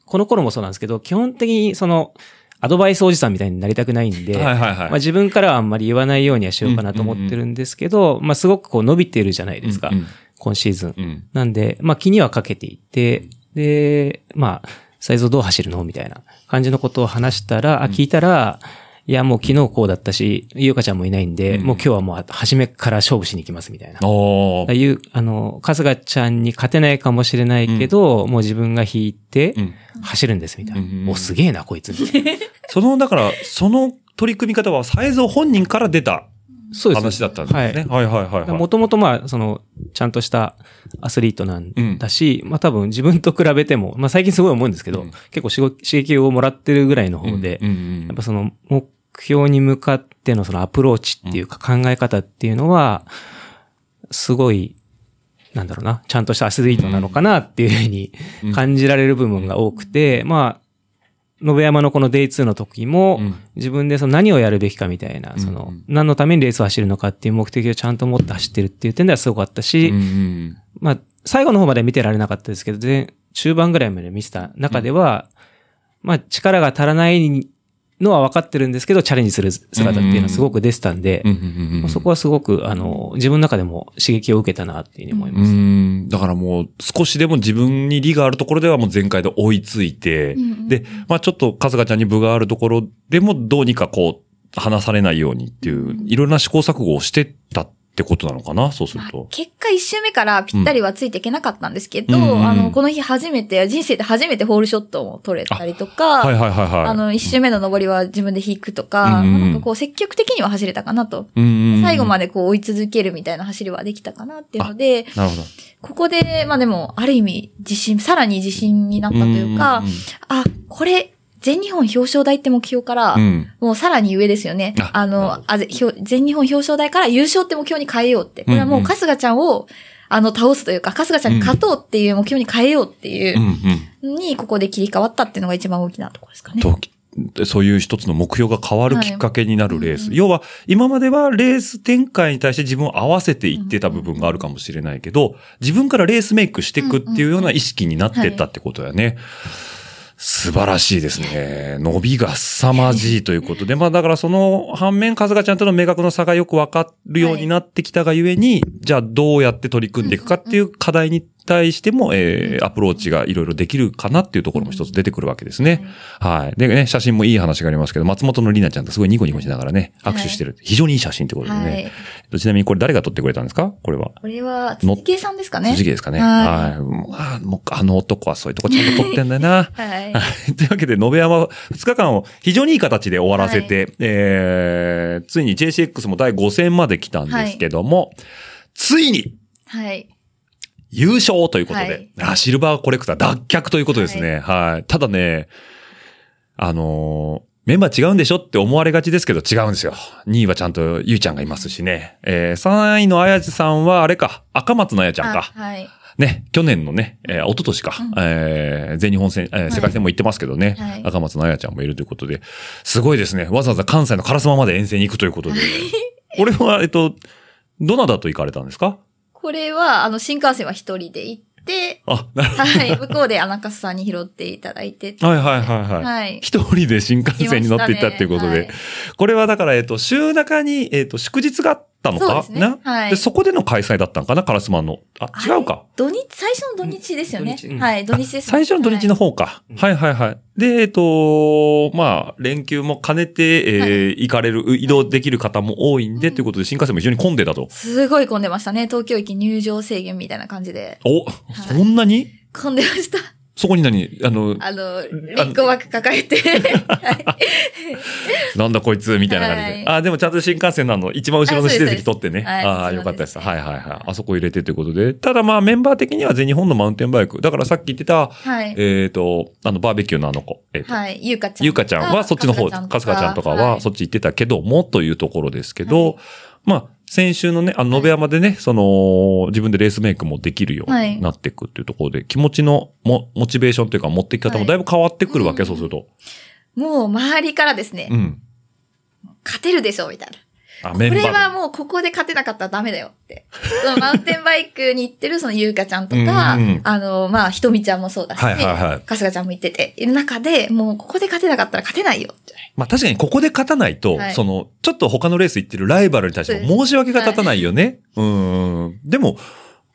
Speaker 6: この頃もそうなんですけど、基本的にその、アドバイスおじさんみたいになりたくないんで、
Speaker 5: はいはいはい。
Speaker 6: まあ、自分からはあんまり言わないようにはしようかなと思ってるんですけど、まあ、すごくこう伸びてるじゃないですか、
Speaker 5: うん
Speaker 6: 今シーズン。
Speaker 5: うん
Speaker 6: なんで、まあ、気にはかけていて、で、まあ、サイズどう走るのみたいな感じのことを話したら、あ、聞いたら、いや、もう昨日こうだったし、ゆうかちゃんもいないんで、
Speaker 5: うん
Speaker 6: もう今日はもう初めから勝負しに行きますみたいな。
Speaker 5: おー
Speaker 6: いう、あの、春日ちゃんに勝てないかもしれないけど、もう自分が引いて
Speaker 5: う、ん
Speaker 6: 走るんです、みたいな。
Speaker 5: うん
Speaker 6: お、すげえな、こ いつ、みたいな。
Speaker 5: その、だから、その取り組み方は、サイズ本人から出た
Speaker 6: そうです。
Speaker 5: 話だったんですね。はいはいはいはい
Speaker 6: も。ともとまあ、その、ちゃんとしたアスリートなん
Speaker 5: うん
Speaker 6: だし、まあ多分自分と比べても、まあ最近すごい思うんですけど、
Speaker 5: うん
Speaker 6: 結構しご刺激をもらってるぐらいの方で、
Speaker 5: うんうんうん
Speaker 6: やっぱその目標に向かってのそのアプローチっていうか考え方っていうのは、すごい、なんだろうな、ちゃんとしたアスリートなのかなっていうふうに
Speaker 5: うん
Speaker 6: 感じられる部分が多くて、まあ、信山のこの Day2 の時も、
Speaker 5: うん
Speaker 6: 自分でその何をやるべきかみたいな、その、
Speaker 5: うんうん
Speaker 6: 何のためにレースを走るのかっていう目的をちゃんと持って走ってるっていう点ではすごかったし、
Speaker 5: うん
Speaker 6: まあ、最後の方まで見てられなかったですけど、前中盤ぐらいまで見てた中では、まあ、力が足らないのは分かってるんですけど、チャレンジする姿っていうのはすごく出てたんで、
Speaker 5: うんうんうん
Speaker 6: まあそこはすごく、あの、自分の中でも刺激を受けたなっていうふうに思いうます。
Speaker 5: ん、だからもう少しでも自分に利があるところではもう全開で追いついて、
Speaker 4: うんうん
Speaker 5: で、まあちょっと春日ちゃんに分があるところでもどうにかこう、離されないようにっていう、いろんな試行錯誤をしてったってことなのかな、そうする
Speaker 4: まあ
Speaker 5: と。
Speaker 4: 結果一周目からぴったりはついていけなかったんですけど、
Speaker 5: うんうんうん
Speaker 4: あの、この日初めて、人生で初めてホールショットも取れたりとか、
Speaker 5: はいはいはいはい。
Speaker 4: あの、一周目の上りは自分で引くとか、
Speaker 5: うんうん
Speaker 4: なんかこう積極的には走れたかなと。最後ま
Speaker 5: で。
Speaker 4: でこう追い続けるみたいな走りはできたかなっていうので、
Speaker 5: なるほど。
Speaker 4: ここで、まあでも、ある意味、自信、さらに自信になったというか、あ、これ、全日本表彰台って目標から、
Speaker 5: うんうんうん、
Speaker 4: もうさらに上ですよね。
Speaker 5: あ
Speaker 4: あ
Speaker 5: なる、
Speaker 4: の、あぜひょ全日本表彰台から優勝って目標に変えようって。これはもう春日ちゃんを、あの、倒すというか、春日ちゃんに勝とうっていう目標に変えようっていううん
Speaker 5: うん。
Speaker 4: う、に、ここで切り替わったっていうのが一番大きなところですかね。
Speaker 5: とそういう一つの目標が変わるきっかけになるレース。
Speaker 4: はい
Speaker 5: 要は、今まではレース展開に対して自分を合わせていってた部分があるかもしれないけど、自分からレースメイクしていくっていうような意識になってったってことやね。素晴らしいですね。伸びが凄まじいということで。まあだからその反面、春日ちゃんとの明確の差がよくわかるようになってきたがゆえに、じゃあどうやって取り組んでいくかっていう課題に対しても、えー、アプローチがいろいろできるかなっていうところも一つ出てくるわけですね。はい。でね、写真もいい話がありますけど、松本のりなちゃんとすごいニコニコしながらね、
Speaker 4: はい
Speaker 5: 握手してる。非常にいい写真ってことでね。
Speaker 4: はい。
Speaker 5: ちなみにこれ誰が撮ってくれたんですかこれは。
Speaker 4: これは、辻圭さんですかね。
Speaker 5: 辻木ですかね。
Speaker 4: はい
Speaker 5: はい。もうあーもうあの男はそういうとこちゃんと撮ってんだ よな。
Speaker 4: はい。
Speaker 5: はいというわけで、延山2日間を非常にいい形で終わらせて、えー、ついに JCX も第5戦まで来たんですけども、ついに
Speaker 4: はい。
Speaker 5: 優勝ということで、
Speaker 4: はい
Speaker 5: あシルバーコレクター脱却ということですね。はい。ただね、あのーメンバー違うんでしょって思われがちですけど違うんですよ。2位はちゃんとゆいちゃんがいますしね。えー、3位のあやじさんはあれか、赤松のあやちゃん
Speaker 4: あ
Speaker 5: か。
Speaker 4: はい。
Speaker 5: ね、去年のね、えー、一昨年か、
Speaker 4: うん
Speaker 5: えー全日本戦、えー
Speaker 4: い
Speaker 5: 世界戦も行ってますけどね、
Speaker 4: はい
Speaker 5: 赤松のあやちゃんもいるということで、すごいですね。わざわざ関西の烏丸まで遠征に行くということで。これは、えっと、どなたと行かれたんですか
Speaker 4: これは、あの、新幹線は一人で行って、
Speaker 5: あ、なる
Speaker 4: はい。向こうで穴笠さんに拾っていただいて。
Speaker 5: ほど。はいはいはいはい。
Speaker 4: はい。
Speaker 5: 一人で新幹線に乗っていったっていうことで。
Speaker 4: 行きまし
Speaker 5: これはだから、えっと、週中に、えっと、祝日があったのか
Speaker 4: そうですね
Speaker 5: な
Speaker 4: はい
Speaker 5: でそこでの開催だったのかなカラスマンの。あ、違うか。
Speaker 4: たねはい土日、最初の土日ですよね
Speaker 6: 土日うん。
Speaker 4: はい。土日です。
Speaker 5: 最初の土日の方か。はいはいはい。で、えっと、まあ、連休も兼ねて、えー行かれる、移動できる方も多いんで、
Speaker 4: うん
Speaker 5: ということで、新幹線も非常に混んでたと。
Speaker 4: すごい混んでましたね。東京駅入場制限みたいな感じで。
Speaker 5: お、そんなに
Speaker 4: 混んでました。
Speaker 5: そこに何あの、
Speaker 4: あの、リンクバッグ抱え て。はい
Speaker 5: なんだこいつみたいな感じで。
Speaker 4: はい
Speaker 5: あ、でもちゃんと新幹線のあの、一番後ろの指定席取ってね。
Speaker 4: あそうです
Speaker 5: ああー、
Speaker 4: そうです
Speaker 5: よかったです。
Speaker 4: は
Speaker 5: はいいはいはい。あそこ入れてということで。ただまあメンバー的には全日本のマウンテンバイク。だからさっき言ってた、
Speaker 4: はい。
Speaker 5: えっ、と、あの、バーベキューのあの子。えーと
Speaker 4: はい。ゆうかちゃんと。
Speaker 5: ゆうかちゃんはそっちの方、
Speaker 4: かす
Speaker 5: か
Speaker 4: か
Speaker 5: すかちゃんとかはそっち行ってたけども、というところですけど、
Speaker 4: はい
Speaker 5: まあ、先週のね、あの、延山でね、その、自分でレースメイクもできるよう
Speaker 4: は
Speaker 5: に
Speaker 4: い
Speaker 5: なっていくっていうところで、気持ちのモモチベーションというか持ってき方もだいぶ変わってくるわけ、
Speaker 4: はい
Speaker 5: そうすると。
Speaker 4: もう周りからですね
Speaker 5: う、ん。
Speaker 4: 勝てるでしょ、みたいな。
Speaker 5: あ、メン
Speaker 4: こ
Speaker 5: バー
Speaker 4: れ
Speaker 5: で。
Speaker 4: はもうここで勝てなかったらダメだよって。そのマウンテンバイクに行ってるそのゆうかちゃんとか、
Speaker 5: うんうん
Speaker 4: あの、まあ、ひとみちゃんもそうだし、
Speaker 5: はいはいはい
Speaker 4: かすがちゃんも行ってて、いる中で、もうここで勝てなかったら勝てないよって。
Speaker 5: まあ確かにここで勝たないと、
Speaker 4: はい
Speaker 5: その、ちょっと他のレース行ってるライバルに対しても申し訳が立たないよね。うん。でも、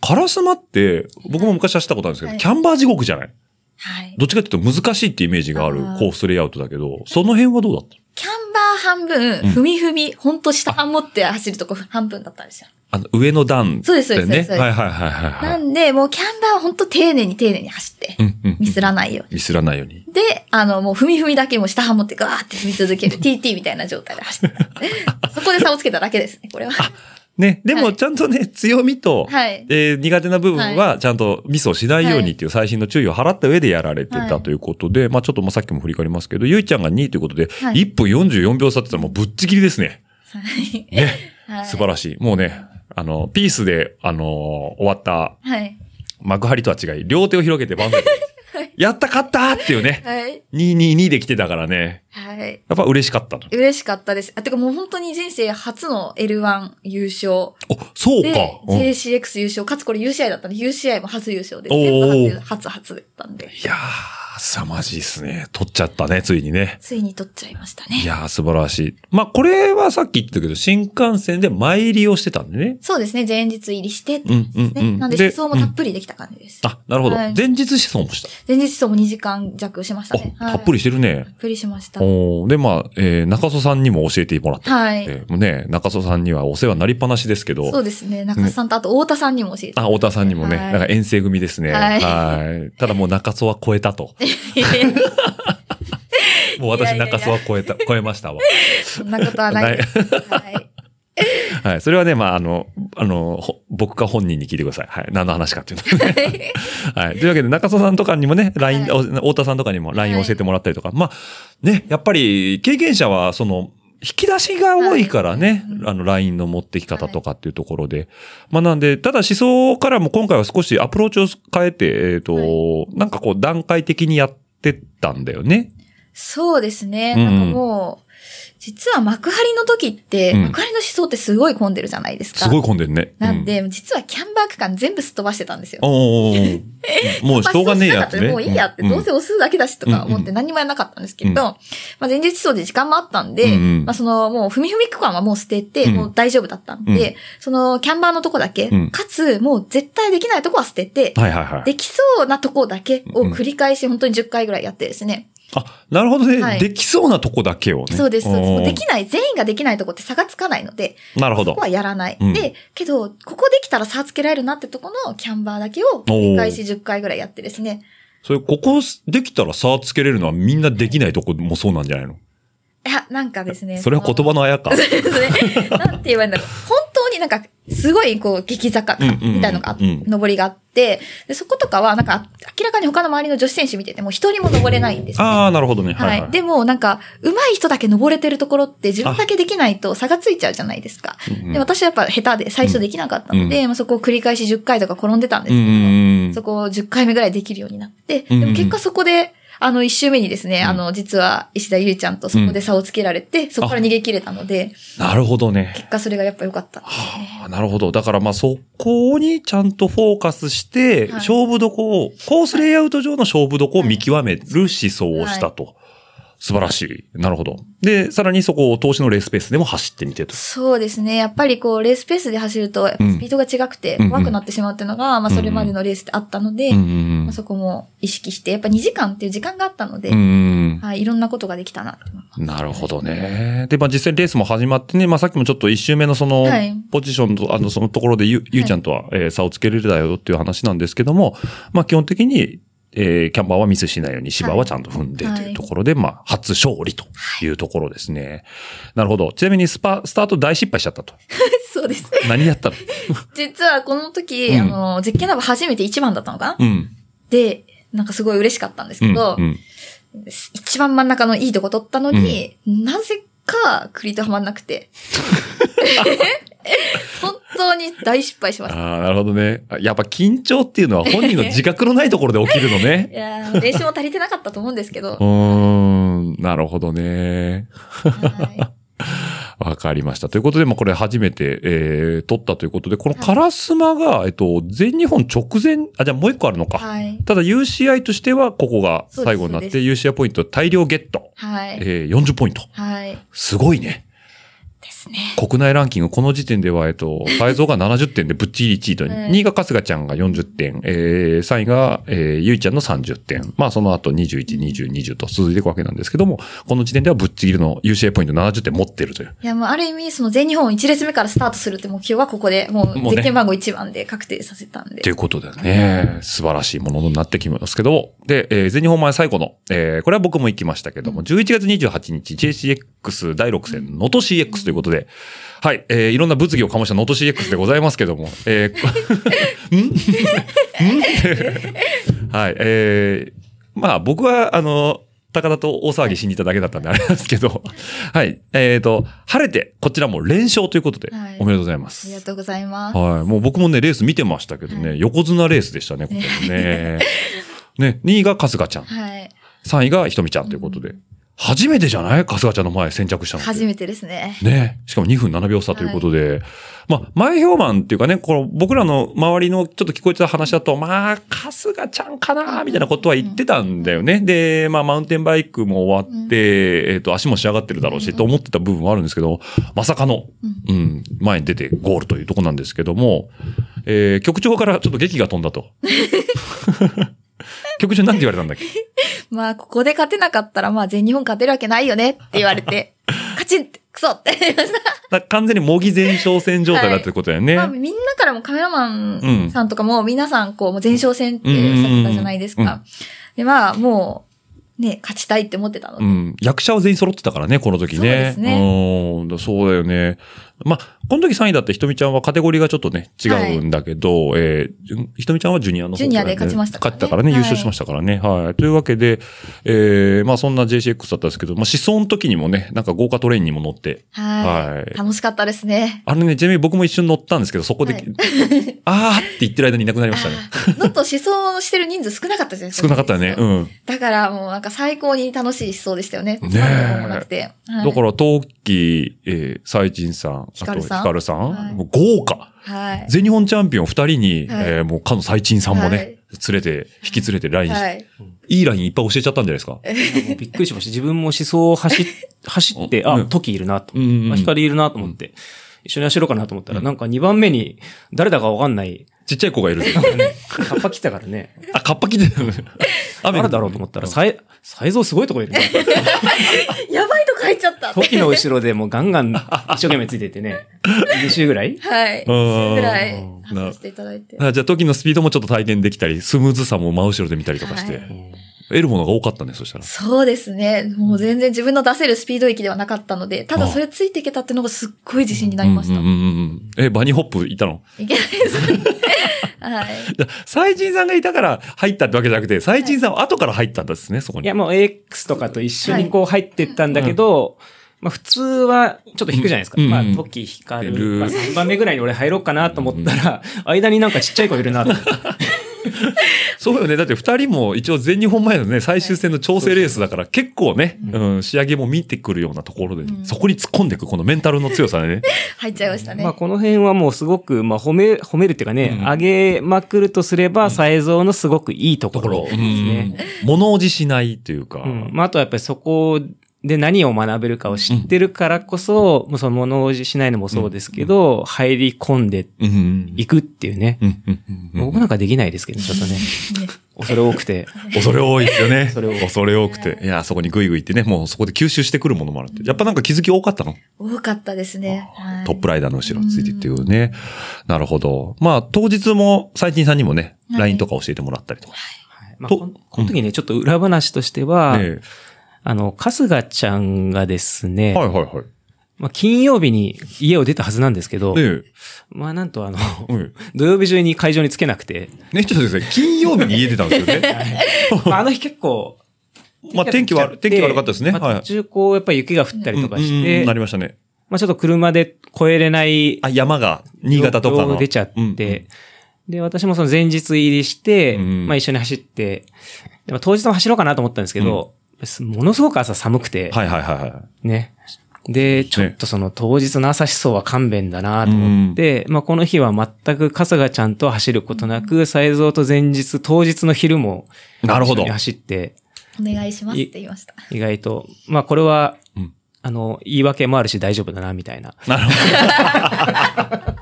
Speaker 5: カラスマって、僕も昔走ったことあるんですけど、
Speaker 4: はい
Speaker 5: キャンバー地獄じゃない
Speaker 4: はい。
Speaker 5: どっちかっていうと難しいってイメージがある
Speaker 4: あー
Speaker 5: コースレイアウトだけど、その辺はどうだった
Speaker 4: キャンバー半分、
Speaker 5: うん
Speaker 4: 踏み踏み、ほんと下半持って走るとこ半分だったんですよ。
Speaker 5: あの、上の段
Speaker 4: そうですそうです
Speaker 5: だ
Speaker 4: そう
Speaker 5: よね
Speaker 4: です
Speaker 5: はいはいはいはいは。
Speaker 4: ないんで、もうキャンバーはほんと丁寧に丁寧に走って、
Speaker 5: うんうん
Speaker 4: ミスらないよう
Speaker 5: ミスらないように。
Speaker 4: に。で、あの、もう踏み踏みだけもう下半持ってガーって踏み続ける。TT みたいな状態で走ってた。そこで差をつけただけですね、これは。
Speaker 5: ね、で
Speaker 4: は
Speaker 5: も
Speaker 4: い
Speaker 5: ちゃんとね、強みと、
Speaker 4: はい。
Speaker 5: えー苦手な部分はちゃんとミスをしないようにっていう最新の注意を払った上でやられて
Speaker 4: は
Speaker 5: た
Speaker 4: い
Speaker 5: ということで、まあちょっともうさっきも振り返りますけど、ゆいちゃんが2位ということで、
Speaker 4: はい
Speaker 5: 1分44秒差って言ったらもうぶっちぎりですね。ね、
Speaker 4: はい
Speaker 5: 素晴らしい。もうね、あの、ピースで、あのー終わった
Speaker 4: はい。
Speaker 5: 幕張とは違い、両手を広げて万歳。やった、勝ったっていうね。
Speaker 4: はい。
Speaker 5: 222で来てたからね。
Speaker 4: はい。
Speaker 5: やっぱ嬉しかったの。
Speaker 4: 嬉しかったです。あ、てかもう本当に人生初の L1 優勝。
Speaker 5: お、そうか
Speaker 4: で、。
Speaker 5: うんい
Speaker 4: JCX 優勝。かつこれ UCI だったんで、UCI も初優勝で
Speaker 5: お
Speaker 4: す。
Speaker 5: ー
Speaker 4: 全部初、初、初だったんで。
Speaker 5: やー、凄まじいですね。取っちゃったね、ついにね。
Speaker 4: ついに取っちゃいました
Speaker 5: い
Speaker 4: ね。
Speaker 5: やー、素晴らしい。まあ、これはさっき言ってたけど、新幹線で前入りをしてたんでね。
Speaker 4: そうですね。前日入りしてって
Speaker 5: う
Speaker 4: ね、
Speaker 5: ん、うん、うん。
Speaker 4: なんで思想もたっぷりできた感じです。
Speaker 5: あ、なるほど。
Speaker 4: はい
Speaker 5: 前日思想もした。
Speaker 4: 前日思想も2時間弱しましたね。
Speaker 5: あ、たっぷ
Speaker 4: り。
Speaker 5: りしてるね。
Speaker 4: たっぷりしました。
Speaker 5: おーで、まあ、えー中曽さんにも教えてもらって。
Speaker 4: はい。
Speaker 5: えーもうね、中曽さんにはお世話になりっぱなしですけど。
Speaker 4: そうですね。中田さんと、あと太田さんにも教えて。
Speaker 5: あ、太田さんにもね、
Speaker 4: はい
Speaker 5: なんか遠征組ですね。
Speaker 4: はい
Speaker 5: はいただもう中曽は超え たと。もう
Speaker 4: いや
Speaker 5: 私
Speaker 4: いやいや
Speaker 5: 中曽は超えた、超えましたわ。
Speaker 4: そんなことはないです。はい。
Speaker 5: はい。それはね、まあ、あの、あの、ほ僕か本人に聞いてください。はい。何の話かっていうの、ね。 はい。というわけで、中曽さんとかにもね、LINE、
Speaker 4: は
Speaker 5: お太田さんとかにも LINE
Speaker 4: はい
Speaker 5: 教えてもらったりとか。まあ、ね、やっぱり、経験者は、その、引き出しが多いからね、
Speaker 4: はい
Speaker 5: あの、LINE の持ってき方とかっていうところで。まあ、なんで、ただ思想からも今回は少しアプローチを変えて、えっ、と、
Speaker 4: は
Speaker 5: なんかこう、段階的にやってったんだよね。
Speaker 4: そうですね。
Speaker 5: うんう
Speaker 4: なんんかもう、実は幕張の時って、
Speaker 5: うん
Speaker 4: 幕張の思想ってすごい混んでるじゃないですか。
Speaker 5: すごい混んでるね。
Speaker 4: なんで、実はキャンバー区間全部すっ飛ばしてたんですよ。
Speaker 5: おー もうしょうがねえやってね。
Speaker 4: もういいやって、
Speaker 5: ん
Speaker 4: どうせ押すだけだしとか思
Speaker 5: うん
Speaker 4: っ
Speaker 5: う
Speaker 4: て何もやらなかったんですけど、
Speaker 5: うん
Speaker 4: まあ前日思想で時間もあったんで、
Speaker 5: うんうん
Speaker 4: まあそのもう踏み踏み区間はもう捨てて、
Speaker 5: うん
Speaker 4: もう大丈夫だったんで、
Speaker 5: うん
Speaker 4: そのキャンバーのとこだけ、
Speaker 5: うん
Speaker 4: かつもう絶対できないとこは捨てて、
Speaker 5: はいはいはい。
Speaker 4: できそうなとこだけを繰り返し本当に10回ぐらいやってですね。
Speaker 5: あ、なるほどね、
Speaker 4: はい
Speaker 5: できそうなとこだけをね。
Speaker 4: そうです、そうです。もうで
Speaker 5: お
Speaker 4: きない、全員ができないとこって差がつかないので、
Speaker 5: ーなるほど
Speaker 4: ここ。はやらない。
Speaker 5: うん
Speaker 4: で、けど、ここできたら差つけられるなってとこのキャンバーだけを繰り返し10回ぐらいやってですね。
Speaker 5: それ、ここできたら差つけれるのはみんなできないとこもそうなんじゃないの
Speaker 4: いや、なんかですね。
Speaker 5: それは言葉
Speaker 4: の。
Speaker 5: のあやか。
Speaker 4: そうですね。なんて言えばいいんだろう。本当になんか、すごいこう、激坂
Speaker 5: うんうんうん
Speaker 4: みたいなのがあ、
Speaker 5: うん
Speaker 4: 登りがあって、でそことかは、なんか、明らかに他の周りの女子選手見てても、一人も登れないんですね。
Speaker 5: ああ、なるほどね。は、
Speaker 4: はいい。
Speaker 5: はい。
Speaker 4: でも、なんか、上手い人だけ登れてるところって自分だけできないと差がついちゃうじゃないですか。
Speaker 5: うんうん
Speaker 4: で、私はやっぱ下手で最初できなかったので、まあそこを繰り返し10回とか転んでたんです
Speaker 5: うん
Speaker 4: けど、
Speaker 5: うんうん
Speaker 4: そこを10回目ぐらいできるようになって、
Speaker 5: うん
Speaker 4: でも結果そこで、あの、1周目にですね、
Speaker 5: ん
Speaker 4: あの、実は石田ゆりちゃんとそこで差をつけられて、そこから逃げ切れたので、
Speaker 5: なるほどね。
Speaker 4: 結果それがやっぱ良かったんですね。
Speaker 5: はあ、なるほど。だからまあそこにちゃんとフォーカスして、
Speaker 4: い
Speaker 5: 勝負どこを、コースレイアウト上の勝負どこを見極める思想をしたと。素晴らしい。なるほど。で、さらにそこを投資のレースペースでも走ってみてと。
Speaker 4: そうですね。やっぱりこう、レースペースで走ると、やっぱスピードが違くて
Speaker 5: うん
Speaker 4: 怖くなってしまうっていうのが、まあそれまでのレースであったので、
Speaker 5: うんうんうん
Speaker 4: まあそこも意識して、やっぱ2時間っていう時間があったので、
Speaker 5: うんうん。
Speaker 4: はい、いろんなことができたな って思います。
Speaker 5: なるほどね。で、まあ実際レースも始まってね、まあさっきもちょっと一周目のその
Speaker 4: はい、
Speaker 5: ポジションと、あの、そのところでゆ、ゆうちゃんとは、えー差をつけれるだよっていう話なんですけども、まあ基本的に、えーキャンバーはミスしないように芝はちゃんと踏んでと
Speaker 4: はい
Speaker 5: いうところで、まあ初勝利というところですね。なるほど。ちなみにスパ、スタート大失敗しちゃっ たと。
Speaker 4: そうです。
Speaker 5: 何やったの
Speaker 4: 実はこの時、
Speaker 5: うん
Speaker 4: あの、絶景ナバ初めて1番だったのかな、
Speaker 5: うん。
Speaker 4: で、なんかすごい嬉しかったんです
Speaker 5: う
Speaker 4: け
Speaker 5: ん。
Speaker 4: ど、
Speaker 5: うん。
Speaker 4: 一番真ん中のいいとこ取ったのに、なぜか栗とはまんなく て。 本当に大失敗しました。
Speaker 5: ああ、なるほどね。あやっぱ緊張っていうのは本人の自覚のないところで起きるの ね
Speaker 4: い。やー練習も足りてなかったと思うんですけ ど
Speaker 5: う。ーん、なるほどね。
Speaker 4: は
Speaker 5: わかりました。ということで、まあ、これ初めて、えー、撮ったということで、このカラスマが、えっと、全日本直前、あ、じゃあもう一個あるの
Speaker 4: い。
Speaker 5: か。
Speaker 4: はい。
Speaker 5: ただ UCI としては、ここが
Speaker 4: そうです
Speaker 5: 最後になっ
Speaker 4: そ
Speaker 5: て、UCI ポイント大量ゲット。
Speaker 4: はい。
Speaker 5: えー、40ポイント。
Speaker 4: はい。
Speaker 5: すごいね。
Speaker 4: ですね。
Speaker 5: 国内ランキング、この時点では、えっと、大蔵が70点でぶっちぎり1位と、
Speaker 4: はい
Speaker 5: 2位が春日ちゃんが40点、えー、3位が、えー、ゆいちゃんの30点。まあ、その後21、20、20と続いていくわけなんですけども、この時点ではぶっちぎりの UCI ポイント70点持ってるという。
Speaker 4: いや、もうある意味、その全日本1列目からスタートするって目標はここで、も
Speaker 5: もうね
Speaker 4: う、絶景番号1番で確定させたんで
Speaker 5: とい。うことでね、素晴らしいものになってきますけど、で、えー全日本前最後の、えーこれは僕も行きましたけども、11月28日 JCX 第6戦、能登 CX ということで、はい、えーいろんな物議を醸した能登 CX でございますけども、えー んんってはい、えーまあ僕は、あの、高田と大騒ぎしに行っただけだったんであれなんですけど、はい、えっ、と、晴れて、こちらも連勝ということで
Speaker 4: はい、
Speaker 5: おめでとうございま
Speaker 4: あり
Speaker 5: す
Speaker 4: が。とうございます。
Speaker 5: はい。もう僕もね、レース見てましたけどね、横綱レースでしたね、これね。ね、2位が春日ちゃん、
Speaker 4: はい。
Speaker 5: 3位がひとみちゃんということで。初めてじゃない春日ちゃんの前先着したのって。
Speaker 4: 初めてですね。
Speaker 5: ねしかも2分7秒差ということで、まあ、前評判っていうかね、この僕らの周りのちょっと聞こえてた話だと、まあ、春日ちゃんかなみたいなことは言ってたんだよね。で、まあ、マウンテンバイクも終わって、えっ、と、足も仕上がってるだろうし、と思ってた部分はあるんですけど、まさかの、うん、前に出てゴールというとこなんですけども、えー局長からちょっと劇が飛んだ と。局長なんて言われたんだっけ
Speaker 4: まあ、ここで勝てなかったら、まあ、全日本勝てるわけないよねって言われ て、カチンって、クソって。
Speaker 5: だから完全に模擬前哨戦状態だってことだよ ね。
Speaker 4: まあ、みんなからもカメラマンさんとかも、皆さん、こう、もう前哨戦っておっしゃってたじゃないです
Speaker 5: うんうんうん
Speaker 4: か。で、まあ、もう、ね、勝ちたいって思ってたの
Speaker 5: う
Speaker 4: で。
Speaker 5: ん。役者は全員揃ってたからね、この時ね。
Speaker 4: そうです
Speaker 5: うんだ。そうだよね。まあ、この時3位だったひとみちゃんはカテゴリーがちょっとね、違うんだけど、えーじゅんひとみちゃんはジュニアの方
Speaker 4: ジュニアで勝ちましたから
Speaker 5: 勝
Speaker 4: ね
Speaker 5: ったからね、
Speaker 4: はい
Speaker 5: 優勝しましたからね。はい。というわけで、えーまあそんな JCX だったんですけど、まあ思想の時にもね、なんか豪華トレインにも乗って、
Speaker 4: はい。
Speaker 5: はい
Speaker 4: 楽しかったですね。
Speaker 5: あれね、ちなみに僕も一瞬乗ったんですけど、そこで、
Speaker 4: はい
Speaker 5: あーって言ってる間にいなくなりましたね。
Speaker 4: もっと思想してる人数少なかったじゃないです
Speaker 5: 少
Speaker 4: か。
Speaker 5: なかったよね。う
Speaker 4: うん。
Speaker 5: ん。
Speaker 4: だからもうなんか最高に楽しい思想でしたよね。
Speaker 5: ねえ
Speaker 4: 何もなくて。はい
Speaker 5: だから、陶器、えー、サイジンさん、
Speaker 4: ヒカルさん
Speaker 5: ヒカルさん、
Speaker 4: はい
Speaker 5: もう豪華。
Speaker 4: はい。
Speaker 5: 全日本チャンピオン2人に、
Speaker 4: はい
Speaker 5: えーもうかの最賃さんもね、
Speaker 4: はい
Speaker 5: 連れて、引き連れてライン、、
Speaker 4: はいい。
Speaker 5: いラインいっぱい教えちゃったんじゃないですか。
Speaker 6: もうびっくりしました。自分も思想 を走っ走って、あ、
Speaker 5: うん
Speaker 6: トキいるなと。
Speaker 5: うんうんうん
Speaker 6: あ光いるなと思って。一緒に走ろうかなと思ったら、なんか2番目に誰だかわかんない。
Speaker 5: ちっちゃい子が いる。
Speaker 6: カッパ来たからね。
Speaker 5: あ、カッパ着てる。 雨
Speaker 6: 誰だろうと思ったら、サイ、サイゾーすごいとこ ろにいる。
Speaker 4: やばいとこ入っちゃったって。
Speaker 6: トキの後ろでもうガンガン一生懸命ついてってね。2周ぐらい
Speaker 4: はい。
Speaker 5: うん
Speaker 4: ぐらい
Speaker 5: うん、
Speaker 4: 話していただいて。
Speaker 5: あじゃあ、時のスピードもちょっと体験できたり、スムーズさも真後ろで見たりとかして、
Speaker 4: は
Speaker 5: 得るものが多かったね、そしたら。
Speaker 4: そうですね。もう全然自分の出せるスピード域ではなかったので、ただそれついていけたってのがすっごい自信になりました。
Speaker 5: うんうんうんうん。え、バニーホップいたの
Speaker 4: いけないです。はい。
Speaker 5: じゃあ、サイジンさんがいたから入ったってわけじゃなくて、サイジンさんは後から入ったんですね、そこ
Speaker 6: い
Speaker 5: に。
Speaker 6: や、もう AX とかと一緒にこう入ってったんだけど、まあ普通はちょっと引くじゃないですか。
Speaker 5: うん
Speaker 6: まあ
Speaker 5: うんうん
Speaker 6: トキ、ヒカ
Speaker 5: 出る
Speaker 6: ル、まあ3番目ぐらいに俺入ろうかなと思ったら、間になんかちっちゃい子いるなと思って。
Speaker 5: そうよね。だって二人も一応全日本前のね、最終戦の調整レースだから結構ね、うん、仕上げも見てくるようなところで、そこに突っ込んでいく、このメンタルの強さでね。
Speaker 4: 入っちゃいましたね。
Speaker 6: まあこの辺はもうすごく、まあ褒め、褒めるっていうかね、
Speaker 5: うん
Speaker 6: 上げまくるとすれば、才蔵のすごくいいと
Speaker 5: と
Speaker 6: こ
Speaker 5: こ
Speaker 6: ろ
Speaker 5: ろう
Speaker 6: で、す
Speaker 5: ん
Speaker 6: ね。。
Speaker 5: 物おじしないというか、
Speaker 6: うん。まああとはやっぱりそこで何を学べるかを知ってるからこそ、もうその物おじしないのもそうですけど、入り込んで
Speaker 5: うん。うん
Speaker 6: いくっていうね。
Speaker 5: うんうんうん
Speaker 6: 僕なんかできないです けど、ちょっとね。恐れ多くて。
Speaker 5: 恐れ多いですよね。
Speaker 6: 恐れ多い
Speaker 5: 恐れ多くて。いや、そこにグイグイ行ってね、もうそこで吸収してくるものもあるって。やっぱなんか気づき多かったの
Speaker 4: 多かったですね。はい
Speaker 5: トップライダーの後ろついてっていうね。なるほど。まあ、当日も、最近さんにもね、
Speaker 4: はい
Speaker 5: LINE とか教えてもらったりとか。
Speaker 6: はいまあ、
Speaker 5: と
Speaker 6: こんこの時ね、ちょっと裏話としては、
Speaker 5: ね
Speaker 6: あの、春日ちゃんがですね、
Speaker 5: はいはいはい。
Speaker 6: まあ、金曜日に家を出たはずなんですけど、
Speaker 5: ね
Speaker 6: まあなんとあの、
Speaker 5: えうん
Speaker 6: 土曜日中に会場につけなく て、
Speaker 5: ね、ちょっとですね、金曜日に家出たんですよね。
Speaker 6: まあ、あの日結構、
Speaker 5: まあ天気悪、天気悪かったですね。
Speaker 6: まあ
Speaker 5: はい
Speaker 6: 途。中こう、やっぱり雪が降ったりとかし
Speaker 5: うんうんう
Speaker 6: て、
Speaker 5: んなり
Speaker 6: ま
Speaker 5: ましたね。
Speaker 6: あちょっと車で越えれない
Speaker 5: あ、山が、新潟とか
Speaker 6: 状況
Speaker 5: の。
Speaker 6: が出ちゃって、
Speaker 5: うんうん
Speaker 6: で、私もその前日入りして、
Speaker 5: うん
Speaker 6: まあ一緒に走って、でまあ当日も走ろうかなと思ったんですけど、ものすごく朝寒くて、
Speaker 5: はいはいはいはい。
Speaker 6: ね。で、ちょっとその当日の朝思想は勘弁だなと思って、まあこの日は全く春日ちゃんと走ることなく、才蔵と前日、当日の昼も、
Speaker 5: なるほど
Speaker 6: 一緒に走って、
Speaker 4: お願いしますって言いました。
Speaker 6: 意外と、まあこれは、
Speaker 5: うん
Speaker 6: あの、言い訳もあるし大丈夫だな、みたいな。
Speaker 5: なる ほど。だか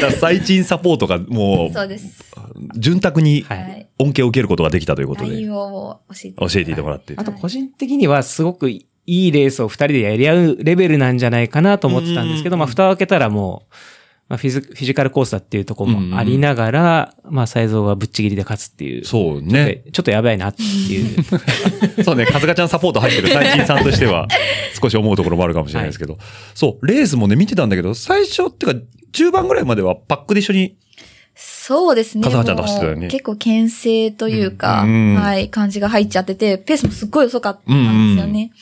Speaker 5: ら最賃サポートがも
Speaker 4: そうです。
Speaker 5: う、潤沢に
Speaker 6: はい
Speaker 4: はい。
Speaker 5: 恩恵を受けることができたということで、
Speaker 4: LINE をもう教えて。
Speaker 5: 教えていてもらって。
Speaker 6: あと個人的にはすごくいいレースを二人でやり合うレベルなんじゃないかなと思ってたんですけど、まあ蓋を開けたらもう、まあフィズフィジカルコースだっていうところもありながら、まあ才蔵がぶっちぎりで勝つっていう。
Speaker 5: そうね。
Speaker 6: ちょっとやばいなっていう。
Speaker 5: そうね、かずかちゃんサポート入ってる最近さんとしては、少し思うところもあるかもしれないですけど、そう、レースもね、見てたんだけど、最初っていうか、中盤ぐらいまではパックで一緒に、
Speaker 4: そうですね。
Speaker 5: 笠原ちゃんと走ってたよね
Speaker 4: もう結構牽制というか、
Speaker 5: うんうん
Speaker 4: はい、感じが入っちゃってて、ペースもすっごい遅かったんですよね。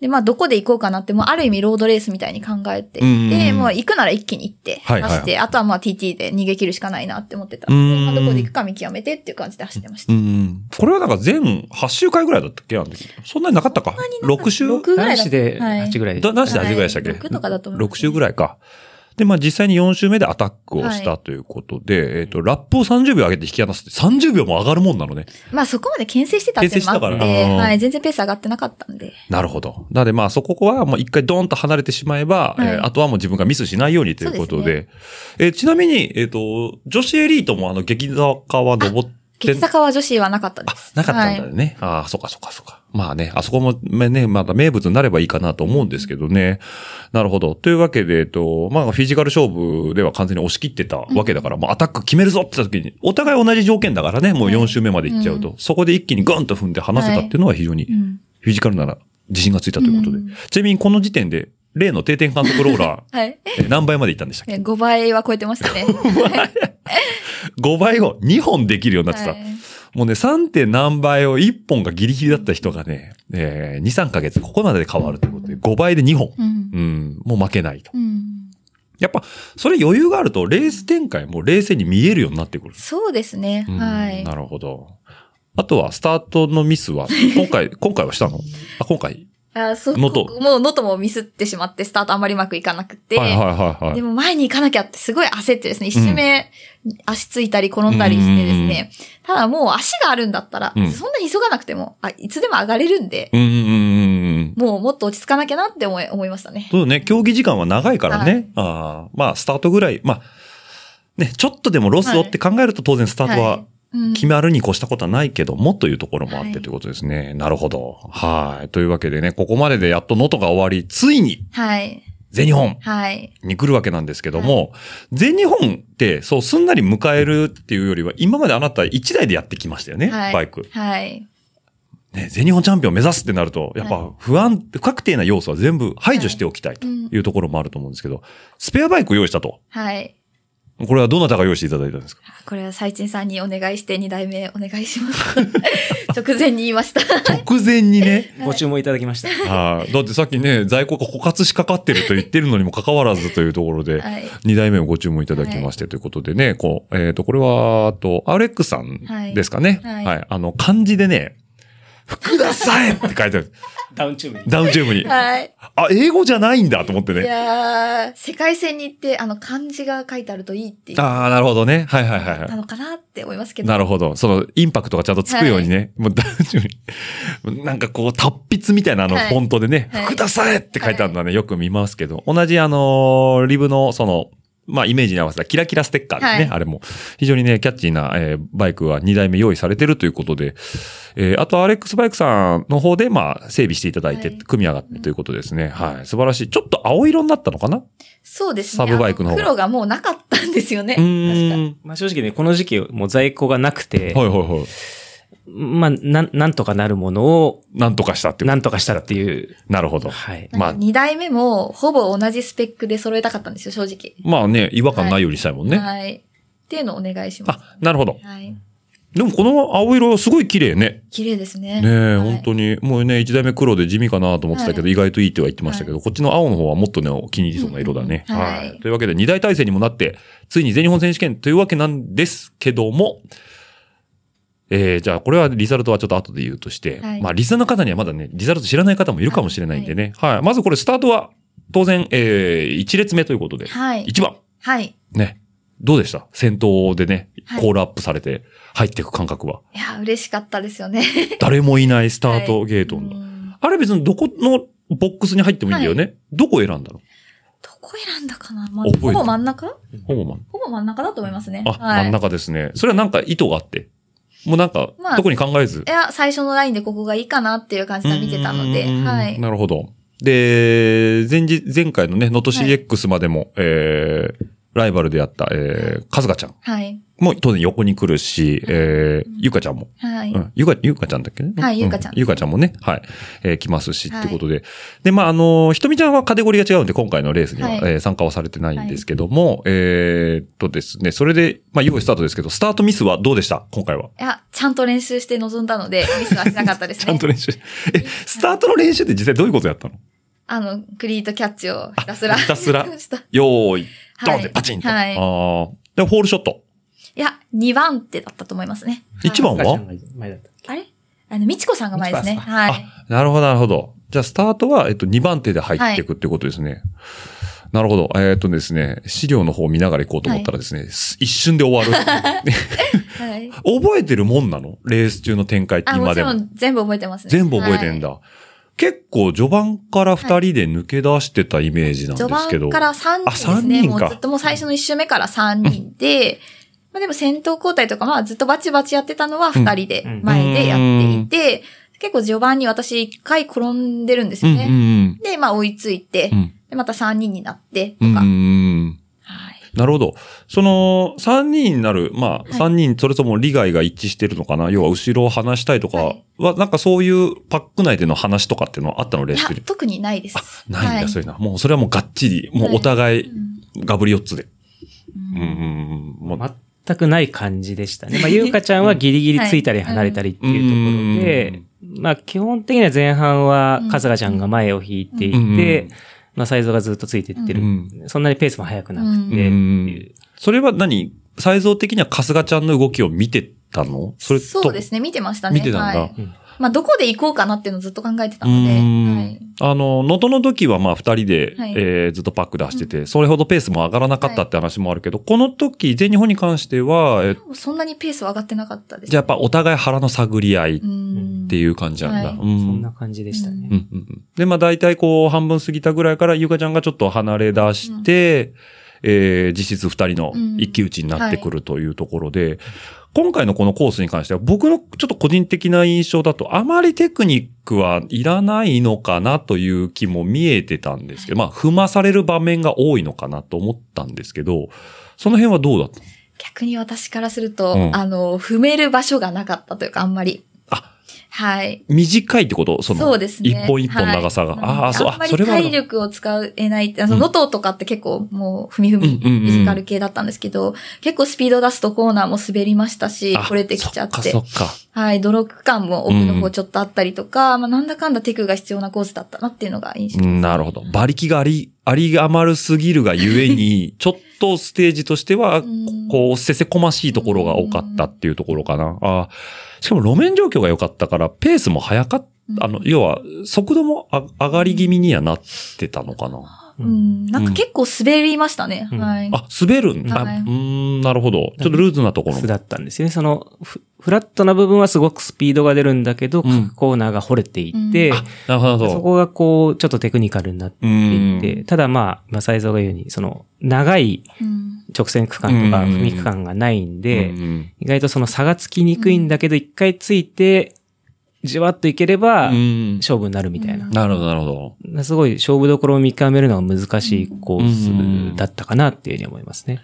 Speaker 4: で、まあ、どこで行こうかなって、もうある意味ロードレースみたいに考えていて、
Speaker 5: うん
Speaker 4: もう行くなら一気に行って、
Speaker 5: はいはい
Speaker 4: 走って、あとはまあ TT で逃げ切るしかないなって思ってたん
Speaker 5: う
Speaker 4: で、
Speaker 5: ん
Speaker 4: まあ、どこで行くか見極めてっていう感じで走ってました。
Speaker 5: うん。これはなんか全8週間ぐらいだったっけあの時。そんなになかったか。6週
Speaker 4: 6ぐらいだ
Speaker 6: 男子で
Speaker 4: はい
Speaker 6: 8ぐらい。
Speaker 5: だ何しで味ぐらいでしたっけ、
Speaker 4: はい六とかだと思います
Speaker 5: 6週ぐらいか。で、まあ実際に4週目でアタックをしたということで、えっ、と、ラップを30秒上げて引き離すって30秒も上がるもんなのね。
Speaker 4: まあ、そこまで牽制してたっていうのもあっ
Speaker 5: 牽制してた
Speaker 4: て、
Speaker 5: から
Speaker 4: はい、全然ペース上がってなかったんで。
Speaker 5: なるほど。なのでまあそこはもう一回ドーンと離れてしまえば、
Speaker 4: はい
Speaker 5: えーあとはもう自分がミスしないようにというこ
Speaker 4: そ
Speaker 5: とで。
Speaker 4: うで
Speaker 5: えーちなみに、えっ、と、女子エリートもあの激坂は登って
Speaker 4: 激坂は女子はなかったです。
Speaker 5: なかったんだよ
Speaker 4: はい
Speaker 5: ね。ああ、そっかそっかそっか。まあね、あそこもね、まだ名物になればいいかなと思うんですけどね。なるほど。というわけで、えっと、まあフィジカル勝負では完全に押し切ってたわけだから、もうアタック決めるぞって言った時に、お互い同じ条件だからね、もう
Speaker 4: はい
Speaker 5: 4周目まで行っちゃうと、そこで一気にガンと踏んで離せたっていうのは非常に
Speaker 4: うん
Speaker 5: フィジカルなら自信がついたということで。
Speaker 4: うん
Speaker 5: ちなみにこの時点で、例の定点観測ロー ラー
Speaker 4: はい。
Speaker 5: えー、何倍まで行ったんでしたっけ
Speaker 4: え5倍は超えてましたね。
Speaker 5: ?5 倍を2本できるよう になってた。
Speaker 4: はい
Speaker 5: もうね、3. 点何倍を1本がギリギリだった人がね、えー、2、3ヶ月、ここまで変わるということで、5倍で2本。
Speaker 4: うん
Speaker 5: うん、もう負けないと。
Speaker 4: うん
Speaker 5: やっぱ、それ余裕があると、レース展開も冷静に見えるようになってくる。
Speaker 4: そうですね。
Speaker 5: うん
Speaker 4: はい。
Speaker 5: なるほど。あとは、スタートのミスは、今回、 今回はしたのあ、今回。
Speaker 4: あそう
Speaker 5: 能登
Speaker 4: ここもう、能登もミスってしまって、スタートあんまりうまくいかなくて、
Speaker 5: はいはいはいはい
Speaker 4: で。も前に行かなきゃってすごい焦ってですね、一周目、足ついたり転んだりしてですね、ただもう足があるんだったら、
Speaker 5: うん
Speaker 4: そんなに急がなくても、あ、いつでも上がれるんで、
Speaker 5: うんうんうんうんうん。
Speaker 4: もうもっと落ち着かなきゃなって思い思いましたね。
Speaker 5: そうね、競技時間は長いからね。
Speaker 4: はい
Speaker 5: ああまあ、スタートぐらい、まあ、ね、ちょっとでもロスをって考えると、当然スタートは
Speaker 4: はいうん
Speaker 5: 決まるに越したことはないけども、というところもあっ
Speaker 4: は
Speaker 5: て
Speaker 4: い
Speaker 5: ということですね。なるほど。はい。というわけでね、ここまででやっと能登が終わり、ついに
Speaker 4: はい。
Speaker 5: 全日本
Speaker 4: はい。
Speaker 5: に来るわけなんですけども、全日本って、そう、すんなり迎えるっていうよりは、今まであなた1台でやってきましたよね、
Speaker 4: はい。
Speaker 5: バイク。
Speaker 4: はい。
Speaker 5: ね、全日本チャンピオンを目指すってなると、やっぱ不安、不確定な要素は全部排除しておきたいというところもあると思うんですけど、スペアバイクを用意したと。
Speaker 4: はい。
Speaker 5: これはどなたが用意していただいたんですか
Speaker 4: これは最賃さんにお願いして2代目お願いします。 直前に言いました。
Speaker 5: 直前にね。
Speaker 6: ご注文いただきました。
Speaker 5: はい。だってさっきね、在庫が枯渇しかかってると言ってるのにもかかわらずというところ で、
Speaker 4: はい。
Speaker 5: 二代目をご注文いただきましてということでね、こう、えっ、と、これは、あと、アレックさんですかね。は。
Speaker 4: はいい
Speaker 5: あの、漢字でね、福田さえって書いてある。
Speaker 6: ダウンチューブに。
Speaker 5: ダウンチューブに。
Speaker 4: はい。
Speaker 5: あ、英語じゃないんだと思って
Speaker 4: い
Speaker 5: ね。
Speaker 4: やー、世界戦に行って、あの、漢字が書いてあるといいっていう。
Speaker 5: ああ、なるほどね。はいはいはいはい。
Speaker 4: なのかなって思いますけど。
Speaker 5: なるほど。その、インパクトがちゃんとつくようにね。もう大丈夫に。なんかこう、 達筆みたいなあの、フ
Speaker 4: はい
Speaker 5: ォントでね、
Speaker 4: はい
Speaker 5: 福田さえって書いてあるのはね、よく見ますけど、同じあのーリブの、その、まあ、イメージに合わせたキラキラステッカーですね。
Speaker 4: はい
Speaker 5: あれも。非常にね、キャッチーな、えーバイクは2台目用意されてるということで、えーあと、アレックスバイクさんの方で、まあ、整備していただいて、
Speaker 4: はい
Speaker 5: 組み上がってということですね。はい。素晴らしい。ちょっと青色になったのかな
Speaker 4: そうですね。
Speaker 5: サブバイクの方が
Speaker 4: あ黒がもうなかったんですよね。
Speaker 5: う
Speaker 4: 確か
Speaker 5: ーん。
Speaker 6: まあ正直ね、この時期もう在庫がなくて、
Speaker 5: はいはいはい。
Speaker 6: まあ、なん、なんとかなるものを、
Speaker 5: なんとかしたっていう。
Speaker 6: なんとかしたらっていう。
Speaker 5: なるほど。
Speaker 6: はい。
Speaker 5: まあ
Speaker 4: なんか二代目もほぼ同じスペックで揃えたかったんですよ、正直。
Speaker 5: まあね、違和感ないようにしたいもんね。
Speaker 4: はい。っていうのをお願いします。
Speaker 5: あ、なるほど。
Speaker 4: はい。
Speaker 5: でもこの青色すごい綺麗ね。
Speaker 4: 綺麗ですね。
Speaker 5: ねえ、
Speaker 4: はい
Speaker 5: 本当に。もうね、一代目黒で地味かなと思ってたけど、意外といいっては言ってましたけど、こっちの青の方はもっとね、お気に入りそうな色だね。
Speaker 4: うんうん
Speaker 5: は
Speaker 4: はい
Speaker 5: い。というわけで、二大体制にもなって、ついに全日本選手権というわけなんですけども、えー、じゃあ、これはリザルトはちょっと後で言うとして、
Speaker 4: はい
Speaker 5: まあ、リスナーの方にはまだね、リザルト知らない方もいるかもしれないんでね。はい。まずこれ、スタートは、当然、えー、一列目ということで、
Speaker 4: はい。
Speaker 5: 一番。
Speaker 4: はい。
Speaker 5: ね。どうでした先頭でね
Speaker 4: は、い
Speaker 5: コールアップされて入っていく感覚は。
Speaker 4: いや、嬉しかったですよね。
Speaker 5: 誰もいないスタートゲー
Speaker 4: う
Speaker 5: トの。
Speaker 4: ん
Speaker 5: あれ別にどこのボックスに入ってもいいんだよね。どこ選んだ
Speaker 4: ど
Speaker 5: の
Speaker 4: こ選んだかな、ま、
Speaker 5: 覚え
Speaker 4: ほ
Speaker 5: てる
Speaker 4: ぼ真ん中
Speaker 5: ほぼ真ん
Speaker 4: ほぼ真ん中だと思いますね。
Speaker 5: 中。あ、
Speaker 4: はい。
Speaker 5: 真ん中ですね。それはなんか意図があって。もうなんか
Speaker 4: ま、あ
Speaker 5: 特に考えず。
Speaker 4: いや、最初のラインでここがいいかなっていう感じで見てたので、
Speaker 5: うん
Speaker 4: はい。
Speaker 5: なるほど。で、前日、前回のね、能登 CX までも、えーライバルであった、えー、かずかちゃん
Speaker 4: はい。
Speaker 5: も当然横に来るし、えー、ゆかちゃんも。
Speaker 4: はい。
Speaker 5: うん、ゆか、ゆかちゃんだっけね
Speaker 4: はい
Speaker 5: うん
Speaker 4: ゆかちゃん
Speaker 5: ゆかちゃんもね、はい、えー来ますし、
Speaker 4: はい
Speaker 5: ってことで。で、まあ、あのーひとみちゃんはカテゴリーが違うんで、今回のレースには、
Speaker 4: はい
Speaker 5: えー参加はされてないんですけども、えーっとですね、それで、まあ、用意スタートですけど、スタートミスはどうでした今回は。
Speaker 4: いや、ちゃんと練習して臨んだので、ミスはしなかったですね。
Speaker 5: ちゃんと練習しえ、スタートの練習って実際どういうことやったの
Speaker 4: あの、クリートキャッチをひたすら。
Speaker 5: あひたすら
Speaker 4: した い
Speaker 5: よー
Speaker 4: は
Speaker 5: い、
Speaker 4: い
Speaker 5: ドンってパチンと。
Speaker 4: はい
Speaker 5: あーで、ホールショット。
Speaker 4: や、2番手だったと思いますね。
Speaker 5: 一番
Speaker 6: 赤ちゃん
Speaker 5: は
Speaker 6: が前だった。
Speaker 4: あれあの、みちこさんが前ですね。
Speaker 6: みちこ
Speaker 4: はい。
Speaker 5: なるほど、なるほど。じゃあ、スタートは、えっと、2番手で入っていくってことですね。なるほど。えっとですね、資料の方を見ながら行こうと思ったらですね、す一瞬で終 わる。
Speaker 4: はい。
Speaker 5: 覚えてるもんなのレース中の展開って
Speaker 4: あ、も
Speaker 5: 今
Speaker 4: ち
Speaker 5: でも
Speaker 4: ろ。ん全部覚えてますね。
Speaker 5: 全部覚えてん
Speaker 4: だ。
Speaker 5: だ。結構序盤から二人で抜け出してたイメージなんです
Speaker 4: 序
Speaker 5: けど。
Speaker 4: 盤から3人です
Speaker 5: あ
Speaker 4: ね。
Speaker 5: 三人
Speaker 4: も
Speaker 5: か
Speaker 4: うずっともう最初の1周目から3人で、まあでも戦闘交代とか、まあずっとバチバチやってたのは2人で
Speaker 6: うん、
Speaker 4: 前でやっていて、結構序盤に私1回転んでるんです
Speaker 5: うん
Speaker 4: よ
Speaker 5: うん
Speaker 4: ね。で、まあ追いついて
Speaker 5: うん。う、ん
Speaker 4: でまた3人になって、
Speaker 5: う
Speaker 4: と
Speaker 5: んう
Speaker 4: か。
Speaker 5: ん。
Speaker 4: はい。
Speaker 5: なるほど。その、三人になる、まあ、
Speaker 4: い
Speaker 5: 三人、それとも利害が一致してるのかな要は、後ろを離したいとか
Speaker 4: はい
Speaker 5: は、なんかそういうパック内での話とかっていうのはあったのレー
Speaker 4: い
Speaker 5: ス
Speaker 4: や
Speaker 5: 中に、。
Speaker 4: 特にないです。
Speaker 5: ないんだ、
Speaker 4: はい
Speaker 5: そういうのは。もう、それはもうがっちり、もうお互い、ガブリ4つで。うんうんうん。もう
Speaker 6: 全くない感じでしたね。まあ、ゆうかちゃんはギリギリついたり離れたりっていうところで、まあ、基本的には前半は、かずがちゃんが前を引いてい
Speaker 5: うんう
Speaker 6: て
Speaker 5: ん、
Speaker 6: まあ、サイズがずっとついてってる
Speaker 5: うん。
Speaker 6: そんなにペースも速くなくてっていう。
Speaker 5: それは何サ像的には春日ちゃんの動きを見てたのそれと。
Speaker 4: そうですね、見てましたね。
Speaker 5: 見てたんだ
Speaker 4: はい
Speaker 6: うん
Speaker 4: まあ、どこで行こうかなっていうのをずっと考えてた
Speaker 5: う
Speaker 4: ので、
Speaker 5: ん
Speaker 4: はい。
Speaker 5: あの、能登の時はまあ二人で、
Speaker 4: はい
Speaker 5: えーずっとパックで走ってて、それほどペースも上がらなかったって話もあるけど、この時、全日本に関しては、えー
Speaker 4: もうそんなにペースは上がってなかったです。
Speaker 5: じゃあやっぱお互い腹の探り合いっ
Speaker 4: うん
Speaker 5: ていう感じなんだ。
Speaker 4: はい
Speaker 5: うん
Speaker 6: そんな感じでしたね
Speaker 5: う。んうんうんで、まあ大体こう半分過ぎたぐらいからゆかちゃんがちょっと離れ出して、えー実質二人の一騎打ちになってくるというところで、今回のこのコースに関しては僕のちょっと個人的な印象だとあまりテクニックはいらないのかなという気も見えてたんですけど、まあ踏まされる場面が多いのかなと思ったんですけど、その辺はどうだった
Speaker 4: 逆に私からすると、
Speaker 5: うん
Speaker 4: あの、踏める場所がなかったというか、あんまり。
Speaker 5: あ
Speaker 4: はい。
Speaker 5: 短いってことその、
Speaker 4: そうですね。
Speaker 5: 一本一本長さが。
Speaker 4: はい
Speaker 5: ああ、そう、
Speaker 4: あんま
Speaker 5: あ、
Speaker 4: り
Speaker 5: それはある
Speaker 4: 体
Speaker 5: の
Speaker 4: 力を使えないって、あ
Speaker 5: う
Speaker 4: の、
Speaker 5: ん
Speaker 4: 能登とかって結構もう、踏み踏み、
Speaker 5: うんうんう
Speaker 4: フ
Speaker 5: ん
Speaker 4: ィジカル系だったんですけど、結構スピード出すとコーナーも滑りましたし、
Speaker 5: あ
Speaker 4: これてきちゃっ
Speaker 5: そってか、そっか。
Speaker 4: はい、ドロップ感も奥の
Speaker 5: う
Speaker 4: 方
Speaker 5: ん
Speaker 4: ちょっとあったりとか、まあ、なんだかんだテクが必要なコースだったなっていうのが印象。
Speaker 5: うんなるほど。馬力があり、あり余るすぎるがゆ えに、ちょっとステージとしては、
Speaker 4: ん
Speaker 5: こう、せせこましいところが多かったっていうところかな。あーしかも路面状況が良かったから、ペースも速かっ
Speaker 4: うん
Speaker 5: た。あの、要は、速度もあ上がり気味にはなってたのかな。
Speaker 4: うん、なんか結構滑りましたね。
Speaker 6: うん
Speaker 4: はい。
Speaker 5: あ、滑るんだ。
Speaker 4: はいう
Speaker 5: ーん、なるほど。ちょっとルーズなところ
Speaker 6: フ。だったんですよね。そのフ、フラットな部分はすごくスピードが出るんだけど、
Speaker 5: うん
Speaker 6: 各コーナーが掘れていて、
Speaker 4: うん
Speaker 5: あなるほど。
Speaker 6: そこがこう、ちょっとテクニカルになって
Speaker 5: う
Speaker 6: い
Speaker 5: ん。
Speaker 6: て、ただまあ、今、サイゾーが言うように、その、長い
Speaker 4: うん
Speaker 6: 直線区間とか
Speaker 5: うん
Speaker 6: 踏み区間がないんで、
Speaker 5: うん
Speaker 6: 意外とその差がつきにくいんだけど、一回ついて、じわっといければ
Speaker 5: う、ん。
Speaker 6: 勝負になるみたいな。
Speaker 5: なるほど、なるほど。
Speaker 6: すごい勝負どころを見極めるのが難しいコースだったかなっていうふうに思いますね。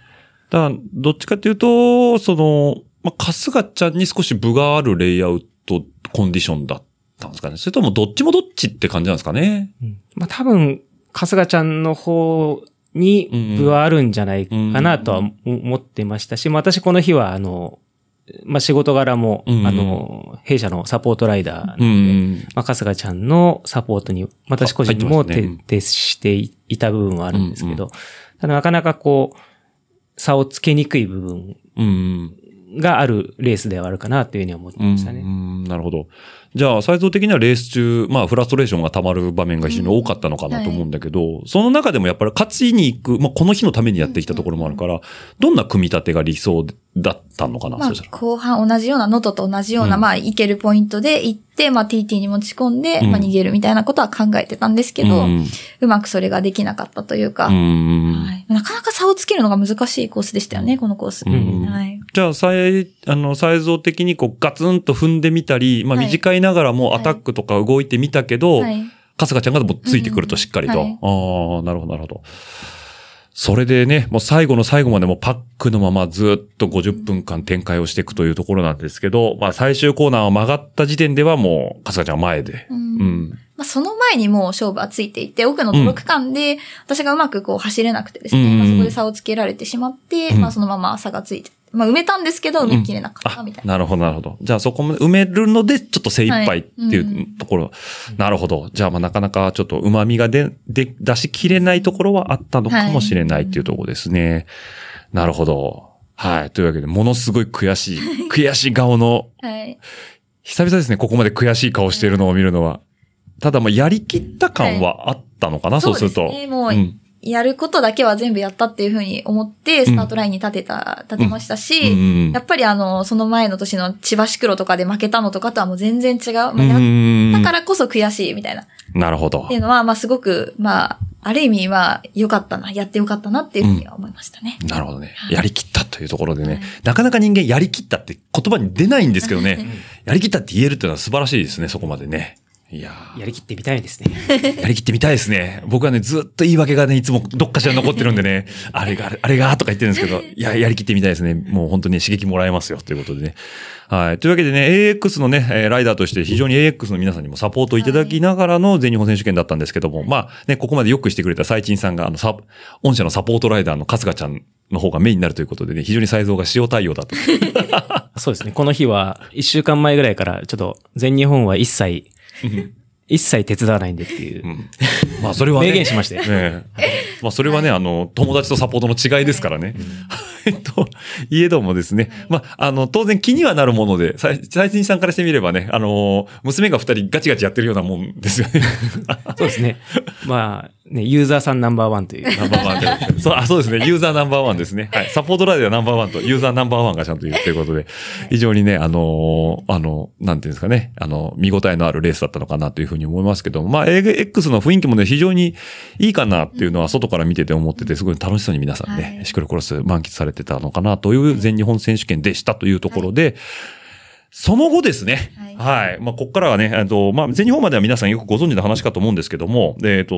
Speaker 5: だから、どっちかっていうと、その、まあ、春日ちゃんに少し分があるレイアウトコンディションだったんですかね。それともどっちもどっちって感じなんですかね。
Speaker 6: うんまあ多分、春日ちゃんの方に分はあるんじゃないかなとは思思ってましたし、まあ私この日はあの、まあ仕事柄も、
Speaker 5: うん
Speaker 6: あの、弊社のサポートライダーなの
Speaker 5: う
Speaker 6: で、
Speaker 5: ん。
Speaker 6: まあ春日ちゃんのサポートに私個人
Speaker 5: あ入
Speaker 6: も
Speaker 5: ってますね
Speaker 6: 徹
Speaker 5: うん
Speaker 6: 底していた部分はあるんですけど、ただなかなかこう、差をつけにくい部分
Speaker 5: うん。
Speaker 6: があるレースではあるかなというふうには思って
Speaker 5: うん。
Speaker 6: ましたね。
Speaker 5: うんなるほど。じゃあ、サイズ的にはレース中、まあ、フラストレーションが溜まる場面が非常に多かったのかなと思うんだけど、その中でもやっぱり勝ちに行く、まあ、この日のためにやってきたところもあるから、どんな組み立てが理想だったのかな、
Speaker 4: まあ
Speaker 5: そした、ら。
Speaker 4: 後半同じような、ノトと同じような、
Speaker 5: うん
Speaker 4: まあ、いけるポイントで行って、まあ、TT に持ち込んで、
Speaker 5: うん
Speaker 4: まあ、逃げるみたいなことは考えてたんですけど、
Speaker 5: う。
Speaker 4: うんまくそれができなかったというか、
Speaker 5: うん
Speaker 4: はいなかなか差をつけるのが難しいコースでしたよね、このコース。
Speaker 5: うん
Speaker 4: はい。
Speaker 5: じゃあ、さえ、あの、サイズ的にこうガツンと踏んでみたり、まあ
Speaker 4: はい
Speaker 5: 短いながらもアタックとか動いてみたけど、
Speaker 4: はい。
Speaker 5: 春日ちゃんがもうついてくるとしっかりと。
Speaker 4: うんはい
Speaker 5: ああ、なるほど、なるほど。それでね、もう最後の最後までもうパックのままずっと50分間展開をしていくというところなんですけど、まあ最終コーナーを曲がった時点ではもう、かすかちゃんは前で。
Speaker 4: う
Speaker 5: うんん。
Speaker 4: まあ、その前にもう勝負はついていて、奥のブロック間で、私がうまくこう走れなくてですね、
Speaker 5: うん
Speaker 4: まあ、そこで差をつけられてしまって、
Speaker 5: うん
Speaker 4: まあそのまま差がついて、まあ埋めたんですけど、埋めきれなかったみたいな。
Speaker 5: なるほど、なるほど。じゃあそこまで埋めるので、ちょっと精一
Speaker 4: は
Speaker 5: 杯
Speaker 4: い
Speaker 5: っていうところ。なるほど。じゃあまあなかなかちょっと旨味がで、で、出しきれないところはあったのかもしれないっていうところですね。なるほど。はい。というわけで、ものすごい悔 しい、悔しい顔の、
Speaker 4: はい。
Speaker 5: 久々ですね、ここまで悔しい顔しているのを見るのは。ただまあやりきった感はあったのかな、そうすると。
Speaker 4: そうですねもう
Speaker 5: うん
Speaker 4: やることだけは全部やったっていうふうに思って、スタートラインに立てた、立てましたし、
Speaker 5: うんうん
Speaker 4: やっぱりあの、その前の年の千葉シクロとかで負けたのとかとはもう全然違う。まあ
Speaker 5: う
Speaker 4: やっ
Speaker 5: ん。
Speaker 4: たからこそ悔しいみたいな。っ
Speaker 5: なるほど
Speaker 4: てい。うのは、まあすごく、まあ、ある意味は良かったな、やって良かったなっていうふうには思いましたね。
Speaker 5: なるほどね。
Speaker 4: はい
Speaker 5: やりきったというところでね、
Speaker 4: はい
Speaker 5: なかなか人間やりきったって言葉に出ないんですけどね、やりきったって言えるっていうのは素晴らしいですね、そこまでね。いや
Speaker 6: やりきってみたいですね。
Speaker 5: ーやりきってみたいですね。僕はね、ずっと言い訳がね、いつもどっかしら残ってるんでね、あれが、あれあれが、とか言ってるんですけど、いや、やりきってみたいですね。もう本当に刺激もらえますよ、ということでね。はい。というわけでね、AX のね、えーライダーとして非常に AX の皆さんにもサポートいただきながらの全日本選手権だったんですけども、まあね、ここまでよくしてくれた最賃さんが、あの、サ、御社のサポートライダーの春日ちゃんの方がメインになるということでね、非常に才蔵が使用対応だ と。
Speaker 6: そうですね。この日は、一週間前ぐらいから、ちょっと、全日本は一切、一切手伝わないんでっていうう、
Speaker 5: んまあ、それはね。
Speaker 6: 明言しまして。
Speaker 5: ねえ。まあ、それはね、あの、友達とサポートの違いですからね。 えっと、いえどもですね。まあ、あの、当然気にはなるもので、最近さんからしてみればね、あの、娘が二人ガチガチやってるようなもんですよね。
Speaker 6: そうですね。まあ、ね、ユーザーさんナンバーワンという。
Speaker 5: ナンバーワンで。そう、あ、そうですね。ユーザーナンバーワンですね。はい。サポートライダーナンバーワンとユーザーナンバーワンがちゃんと言うということで、非常にね、あのーあの、なんていうんですかね、あの、見応えのあるレースだったのかなというふうに思いますけども、まあ、AX の雰囲気もね、非常にいいかなっていうのは外から見てて思ってて、すごい楽しそうに皆さんね、
Speaker 4: はい
Speaker 5: シクロクロス満喫されてたのかなという全日本選手権でしたというところで、その後ですね。
Speaker 4: はい
Speaker 5: はい。まあ、ここからはね、えっと、まあ、全日本までは皆さんよくご存知の話かと思うんですけども、えっと、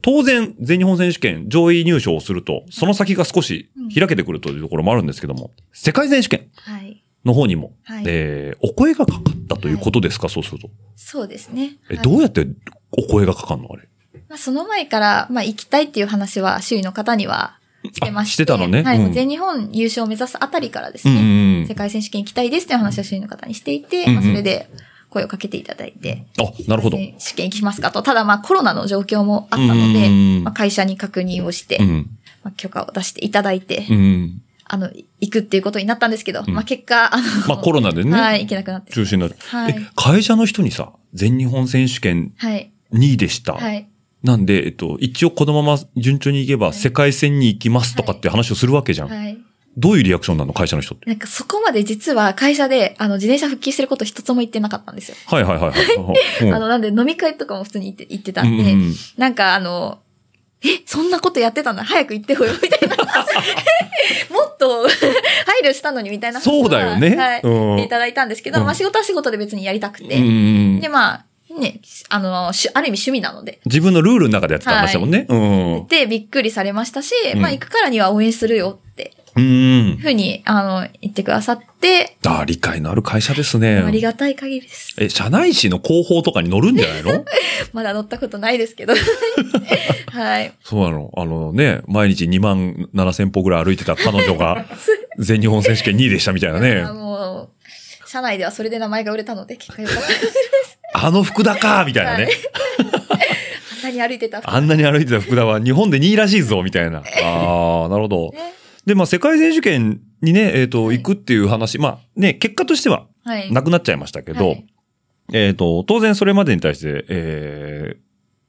Speaker 5: 当然、全日本選手権上位入賞をすると、その先が少し開けてくるというところもあるんですけども、世界選手権
Speaker 4: はい。
Speaker 5: の方にも、
Speaker 4: はい
Speaker 5: えー、お声がかかったということですか、そうすると。
Speaker 4: そうですね。
Speaker 5: え、
Speaker 4: はい
Speaker 5: どうやってお声がかかるのあれ。
Speaker 4: まあ、その前から、まあ、行きたいっていう話は周囲の方にはしてま
Speaker 5: あ
Speaker 4: して。
Speaker 5: してたのね。
Speaker 4: はい。
Speaker 5: うん
Speaker 4: もう全日本優勝を目指すあたりからです
Speaker 5: うんう
Speaker 4: ね。
Speaker 5: ん
Speaker 4: 世界選手権行きたいですっていう話を周囲の方にしていて、まあ、
Speaker 5: うんう
Speaker 4: そ
Speaker 5: ん
Speaker 4: れで声をかけていただいて。
Speaker 5: あ、なるほど。
Speaker 4: 世界選手権行きますかと。ただまあコロナの状況もあったの
Speaker 5: うんうんう
Speaker 4: で、
Speaker 5: ん
Speaker 4: まあ、会社に確認をして、
Speaker 5: うん。
Speaker 4: まあ、許可を出していただいて、
Speaker 5: うん。
Speaker 4: あの、行くっていうことになったんですけど、
Speaker 5: ん
Speaker 4: まあ結果、あの、
Speaker 5: まあ、コロナでね。
Speaker 4: はい、行けなくなって。
Speaker 5: 中心になる。
Speaker 4: はい
Speaker 5: え、会社の人にさ、全日本選手権
Speaker 4: はい。
Speaker 5: 2位でした。
Speaker 4: はい。
Speaker 5: なんで、えっと、一応このまま順調にいけば世界戦に行きますとかって話をするわけじゃん。
Speaker 4: はい。
Speaker 5: どういうリアクションなの会社の人って。
Speaker 4: なんかそこまで実は会社で、あの、自転車復帰してること一つも言ってなかったんですよ。
Speaker 5: はいはいはい はい。
Speaker 4: あの、なんで飲み会とかも普通に行って行ってたんで、
Speaker 5: うんうん
Speaker 4: なんかあの、え、そんなことやってたんだ早く行ってよよ、 みたいな。もっと 配慮したのに、みたいな。
Speaker 5: そうだよね
Speaker 4: はい。
Speaker 5: うん
Speaker 4: いただいたんですけど、
Speaker 5: うん
Speaker 4: まあ仕事は仕事で別にやりたくて。
Speaker 5: うんうんうん
Speaker 4: で、まあ、ね、あの、しある意味趣味なので。
Speaker 5: 自分のルールの中でやってた話だもんね。うん
Speaker 4: で、びっくりされましたし、
Speaker 5: うん
Speaker 4: まあ行くからには応援するよって、
Speaker 5: うん。うん。
Speaker 4: ふうに、あの、言ってくださって、
Speaker 5: あー理解のある会社ですね。
Speaker 4: ありがたい限りです。
Speaker 5: え、社内誌の広報とかに乗るんじゃないの
Speaker 4: まだ乗ったことないですけど。 はい。
Speaker 5: そうなの。あのね、毎日2万7千歩ぐらい歩いてた彼 女が、全日本選手権2位でしたみたいなね
Speaker 4: あ。もう、社内ではそれで名前が売れたので、結果良かった。
Speaker 5: あの福田かみたいなね。
Speaker 4: あんなに歩いてた。
Speaker 5: あんなに歩いてた福田は日本で2位らしいぞ、みたいな。ああ、なるほど。で、まあ、世界選手権にね、えっ、と、
Speaker 4: はい
Speaker 5: 行くっていう話、まあ、ね、結果としては
Speaker 4: はい。
Speaker 5: なくなっちゃいましたけど、
Speaker 4: はい
Speaker 5: えっ、と、当然それまでに対して、ええ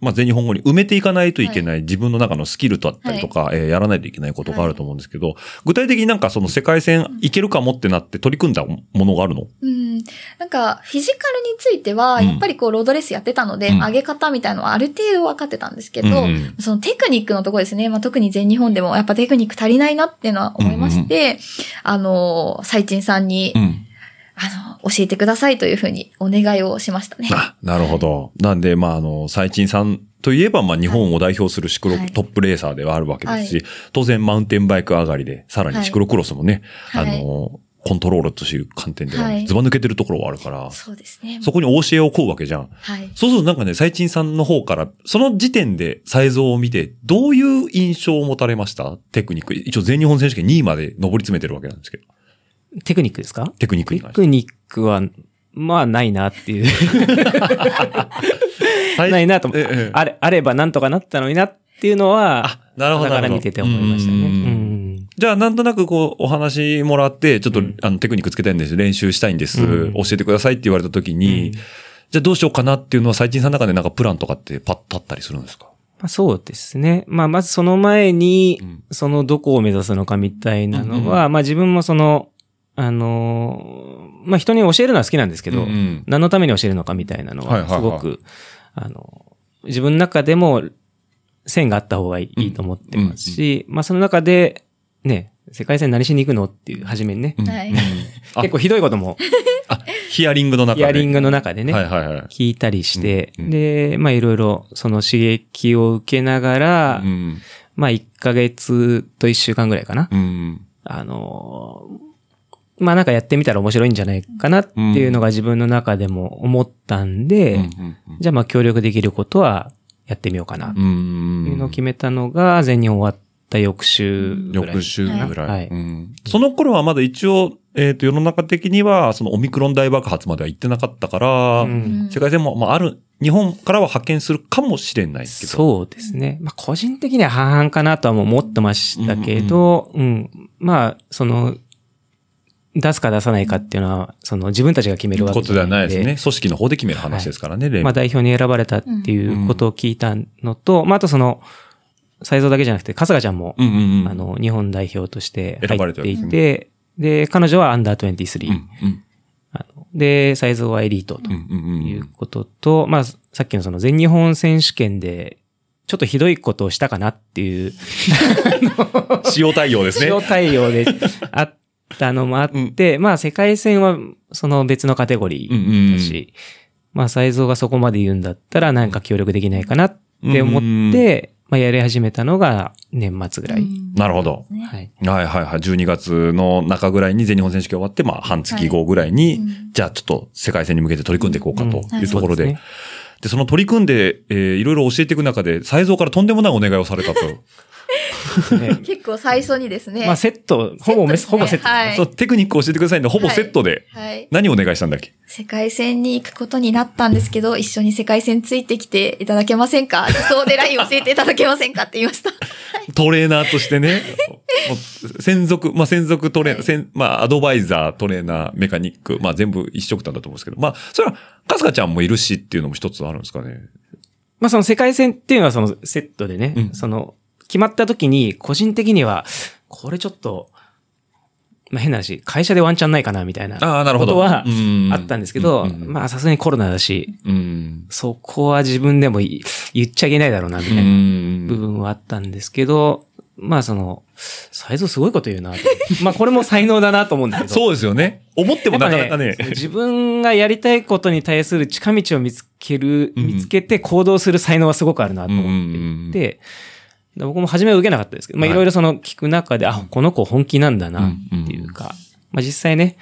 Speaker 5: まあ、全日本語に埋めていかないといけない、自分の中のスキルだったりとか、えーやらないといけないことがあると思うんですけど、具体的になんかその世界戦いけるかもってなって取り組んだものがあるの
Speaker 4: うん。なんか、フィジカルについては、
Speaker 5: うん
Speaker 4: やっぱりこう、ロードレースやってたので、
Speaker 5: うん
Speaker 4: 上げ方みたいのはある程度分かってたんですけど、
Speaker 5: うんうん
Speaker 4: そのテクニックのところですね。まあ、特に全日本でも、やっぱテクニック足りないなっていうのは思いまして、あの、最賃さんに、
Speaker 5: うん。
Speaker 4: あの、教えてくださいというふうにお願いをしましたね。
Speaker 5: あ、なるほど。なんで、まあ、あの、最賃さんといえば、まあ、日本を代表するシクロ
Speaker 4: はい
Speaker 5: トップレーサーではあるわけですし、当然マウンテンバイク上がりで、さらにシクロクロスもね、
Speaker 4: はい
Speaker 5: あの、コントロールという観点では
Speaker 4: はい
Speaker 5: ずば抜けてるところはあるから、
Speaker 4: そうですね。
Speaker 5: そこに教えをこうわけじゃん。
Speaker 4: はい。
Speaker 5: そうするとなんかね、最賃さんの方から、その時点でサイズを見て、どういう印象を持たれましたテクニック。一応全日本選手権2位まで上り詰めてるわけなんですけど。
Speaker 6: テクニックですか
Speaker 5: テクニック
Speaker 6: テ
Speaker 5: に関して。
Speaker 6: クニックは、まあないなっていう。
Speaker 5: サイ
Speaker 6: ないなと思っ
Speaker 5: ええええ
Speaker 6: て。あれ、あればなんとかなったのになっていうのは、
Speaker 5: あ、なるほど。
Speaker 6: だから
Speaker 5: なるほど
Speaker 6: 見てて思いましたね。
Speaker 5: うん
Speaker 6: うん
Speaker 5: じゃあ、なんとなくこう、お話もらって、ちょっと、あの、テクニックつけたいんです、練習したいんです、
Speaker 6: うん
Speaker 5: 教えてくださいって言われた時に、
Speaker 6: うん
Speaker 5: じゃあどうしようかなっていうのは、最近さんの中でなんかプランとかってパッとあったりするんですか
Speaker 6: まあ、そうですね。まあ、まずその前に
Speaker 5: うん、
Speaker 6: そのどこを目指すのかみたいなの
Speaker 5: うん
Speaker 6: は、まあ自分もその、あのー、まあ人に教えるのは好きなんですけど、
Speaker 5: うんうん
Speaker 6: 何のために教えるのかみたいなの
Speaker 5: はいは
Speaker 6: は、
Speaker 5: いは
Speaker 6: す
Speaker 5: い
Speaker 6: ごく、あの、自分の中でも線があった方がいいと思ってますし、まあその中で、ね、世界戦何しに行くのっていう、初めにね、
Speaker 4: はい
Speaker 5: うんうんあ
Speaker 6: 結構ひどいことも、
Speaker 5: あ、ヒアリングの中で。
Speaker 6: ヒアリングの中でね、
Speaker 5: はいはいはい。
Speaker 6: 聞いたりして、
Speaker 5: うんうん
Speaker 6: で、まあいろいろその刺激を受けながら、
Speaker 5: うん。
Speaker 6: まあ、1ヶ月と1週間ぐらいかな。
Speaker 5: うん。
Speaker 6: あのーまあ、なんかやってみたら面白いんじゃないかなっていうのが自分の中でも思ったんで、
Speaker 5: うん
Speaker 6: じゃあまあ協力できることはやってみようかな、っ
Speaker 5: う
Speaker 6: て
Speaker 5: ん。
Speaker 6: いうのを決めたのが、全日本終わった翌週ぐらい。
Speaker 5: 翌週ぐらい。
Speaker 6: はい
Speaker 5: うんその頃はまだ一応、えっ、と、世の中的には、そのオミクロン大爆発までは行ってなかったから、
Speaker 6: うん
Speaker 5: 世界戦も、まあ、ある、日本からは派遣するかもしれないけど。
Speaker 6: そうですね。まあ、個人的には半々かなとはもう思ってましたけど、うんまあ、その、出すか出さないかっていうのは、その自分たちが決めるわけ
Speaker 5: ことではないです
Speaker 6: ん
Speaker 5: ね。組織の方で決める話ですからね、連
Speaker 6: まあ、
Speaker 5: 盟
Speaker 6: 代表に選ばれたっていうことを聞いたのと、まあ、あとその、才蔵だけじゃなくて、春日ちゃんも、
Speaker 5: うんうんうん。
Speaker 6: あ、の、日本代表として
Speaker 5: 選ば
Speaker 6: 入
Speaker 5: れ
Speaker 6: ってて
Speaker 5: るわけで
Speaker 6: いて、
Speaker 5: すね
Speaker 6: で彼女はアンダー23、
Speaker 5: うんうん
Speaker 6: あので、才蔵はエリートと
Speaker 5: うんうんう。
Speaker 6: いうんことと、まあ、さっきのその全日本選手権で、ちょっとひどいことをしたかなっていう、
Speaker 5: 使用対応です ね。
Speaker 6: 塩対応であったのもあって、まあ、世界戦は、その別のカテゴリー、
Speaker 5: うんうんうん
Speaker 6: だし、まあ、才蔵がそこまで言うんだったら、なんか協力できないかなって思
Speaker 5: うんうんう
Speaker 6: っ
Speaker 5: ん
Speaker 6: て、まあ、やり始めたのが年末ぐらい。
Speaker 5: なるほど。
Speaker 6: はい。
Speaker 5: はいはいはい。12月の中ぐらいに全日本選手権終わって、まあ半月後ぐらいに、
Speaker 4: はいうん
Speaker 5: じゃあちょっと世界戦に向けて取り組んでいこうかと
Speaker 4: ん
Speaker 5: いうところで。
Speaker 6: はい
Speaker 5: でその取り組んで、えーいろいろ教えていく中で、才蔵からとんでもないお願いをされたと。
Speaker 6: そうですね
Speaker 4: 結構最初にですね。
Speaker 6: まあ、セット、ほぼメス、
Speaker 4: セットですね
Speaker 6: ほぼセット。
Speaker 4: はい
Speaker 5: そうテクニックを教えてくださいんで、ほぼセットで。
Speaker 4: はい。
Speaker 5: 何お願いしたんだっけ
Speaker 4: 世界戦に行くことになったんですけど、一緒に世界戦ついてきていただけませんか理想でライン教えていただけませんかって言いました。
Speaker 5: トレーナーとして ね、もう専属、まあ、専属トレーナー、専まあ、アドバイザー、トレーナー、メカニック、まあ、全部一緒くたんだと思うんですけど、まあ、それは、かすかちゃんもいるしっていうのも一つあるんですかね。
Speaker 6: まあ、その世界戦っていうのはそのセットでね、
Speaker 5: うん
Speaker 6: その、決まった時に、個人的には、これちょっと、まあ、変な話、会社でワンチャンないかな、みたいな。
Speaker 5: ああ、なるほど。
Speaker 6: ことは
Speaker 5: うん
Speaker 6: あったんですけど、
Speaker 5: うん
Speaker 6: まあ、さすがにコロナだし、
Speaker 5: うん。
Speaker 6: そこは自分でもい言っちゃいけないだろうな、みたいな。
Speaker 5: うん
Speaker 6: 部分はあったんですけど、まあその、才蔵すごいこと言うなと。 まあこれも才能だなと思うんだけど。
Speaker 5: そうですよね。思ってもなかなか
Speaker 6: や
Speaker 5: ね
Speaker 6: っぱ。自分がやりたいことに対する近道を見つける、
Speaker 5: うん
Speaker 6: 見つけて行動する才能はすごくあるなと
Speaker 5: うんう
Speaker 6: 思
Speaker 5: ん
Speaker 6: っ
Speaker 5: うん
Speaker 6: て、で僕も初めは受けなかったですけど、ま
Speaker 5: は
Speaker 6: あ
Speaker 5: い
Speaker 6: いろいろその聞く中で、あ、この子本気なんだなっていうか、まあ実際ね、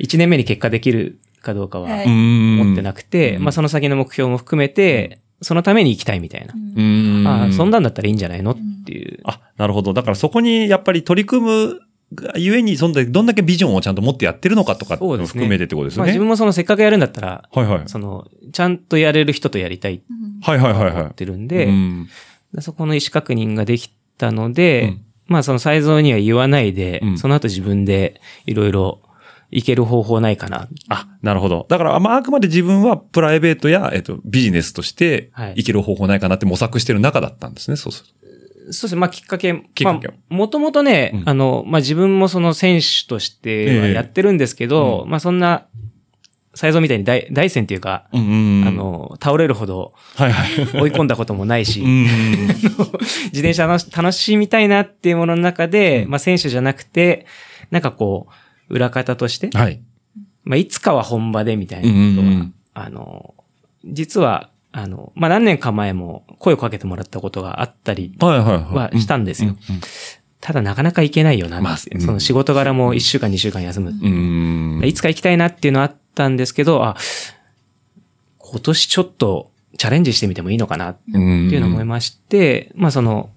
Speaker 6: 1年目に結果できるかどうかは
Speaker 4: はい
Speaker 6: 思ってなくて、
Speaker 5: うん
Speaker 6: まあその先の目標も含めて、そのために行きたいみたいな。
Speaker 5: うん
Speaker 6: ああ、そんなんだったらいいんじゃないのっていう。
Speaker 5: あ、なるほど。だからそこにやっぱり取り組むがゆえに、そんだけどんだけビジョンをちゃんと持ってやってるのかとかっていうのを含めてってことですよ
Speaker 6: まあ
Speaker 5: ね。
Speaker 6: 自分もそのせっかくやるんだったら、
Speaker 5: はいはい。
Speaker 6: その、ちゃんとやれる人とやりたいって
Speaker 5: はいはいはい
Speaker 6: 思
Speaker 5: は
Speaker 6: ってるん
Speaker 5: い。
Speaker 6: で、
Speaker 5: うん
Speaker 6: そこの意思確認ができたの
Speaker 5: う
Speaker 6: で、
Speaker 5: ん
Speaker 6: まあその才蔵には言わないで、
Speaker 5: うん
Speaker 6: その後自分でいろいろいける方法ないかな。
Speaker 5: あ、なるほど。だから、まあ、あくまで自分はプライベートや、えっと、ビジネスとして
Speaker 6: はい、
Speaker 5: 生きる方法ないかなって模索してる中だったんですね、そうすると。
Speaker 6: そうですね、まあきっかけ、
Speaker 5: きっかけは
Speaker 6: まあもともとね、
Speaker 5: うん
Speaker 6: あの、まあ自分もその選手としては
Speaker 5: ええ
Speaker 6: やってるんですけど、まあそんな、才蔵みたいに大大戦っていうか、
Speaker 5: うんうんうん
Speaker 6: あ、の、倒れる ほど
Speaker 5: はいはい。
Speaker 6: 追い込んだこともないし、
Speaker 5: うんうんうん
Speaker 6: 自転車楽し楽しみたいなっていうものの中で、まあ選手じゃなくて、なんかこう、裏方として、
Speaker 5: はい。
Speaker 6: まあいつかは本場でみたいなことは、
Speaker 5: うんうんうん
Speaker 6: あの、実はあの、まあ、何年か前も声をかけてもらったことがあったり
Speaker 5: はいはいは。
Speaker 6: はいしたんですよ。ただなかなか行けないよな、
Speaker 5: まあ
Speaker 6: って
Speaker 5: うん
Speaker 6: その仕事柄も1週間2週間休む。
Speaker 5: うん。うん。
Speaker 6: いつか行きたいなっていうのはあったんですけど、あ、今年ちょっとチャレンジしてみてもいいのかなって
Speaker 5: てい
Speaker 6: いうのを思いまして、まあその、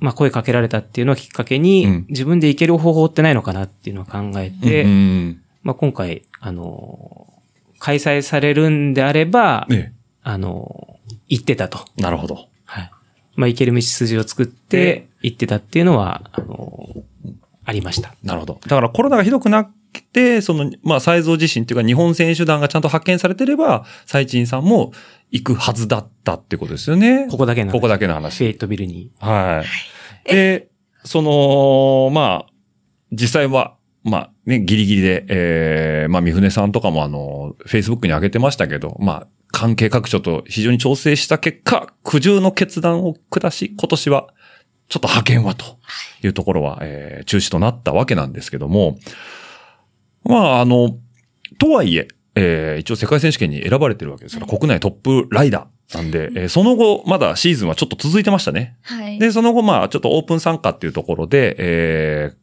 Speaker 6: まあ声かけられたっていうのをきっかけに、
Speaker 5: うん
Speaker 6: 自分で行ける方法ってないのかなっていうのを考えて、
Speaker 5: うん。
Speaker 6: まあ今回、あの、開催されるんであれば、
Speaker 5: え
Speaker 6: あの、行ってたと。
Speaker 5: え。なるほど。
Speaker 6: はい。まあ行ける道筋を作って行ってたっていうのは、あの、ありました。
Speaker 5: なるほど。だからコロナがひどくなくて、その、まあ、才蔵自身っていうか日本選手団がちゃんと発見されてれば、最賃さんも行くはずだったってことですよね。
Speaker 6: ここだけの話
Speaker 5: ここだけの
Speaker 6: フ
Speaker 5: 話。
Speaker 6: ェイトビルに。
Speaker 5: はい。で、その、まあ、実際は、まあね、ギリギリで、えー、まあ、三船さんとかもあの、Facebook に上げてましたけど、まあ、関係各所と非常に調整した結果、苦渋の決断を下し、今年は、ちょっと派遣はというところは、えー、中止となったわけなんですけども、まあ、あの、とはいえ、えー一応世界選手権に選ばれてるわけですから、国内トップライダーなんで、えーその後、まだシーズンはちょっと続いてましたね。
Speaker 4: はい。
Speaker 5: で、その後、まあ、ちょっとオープン参加っていうところで、えー、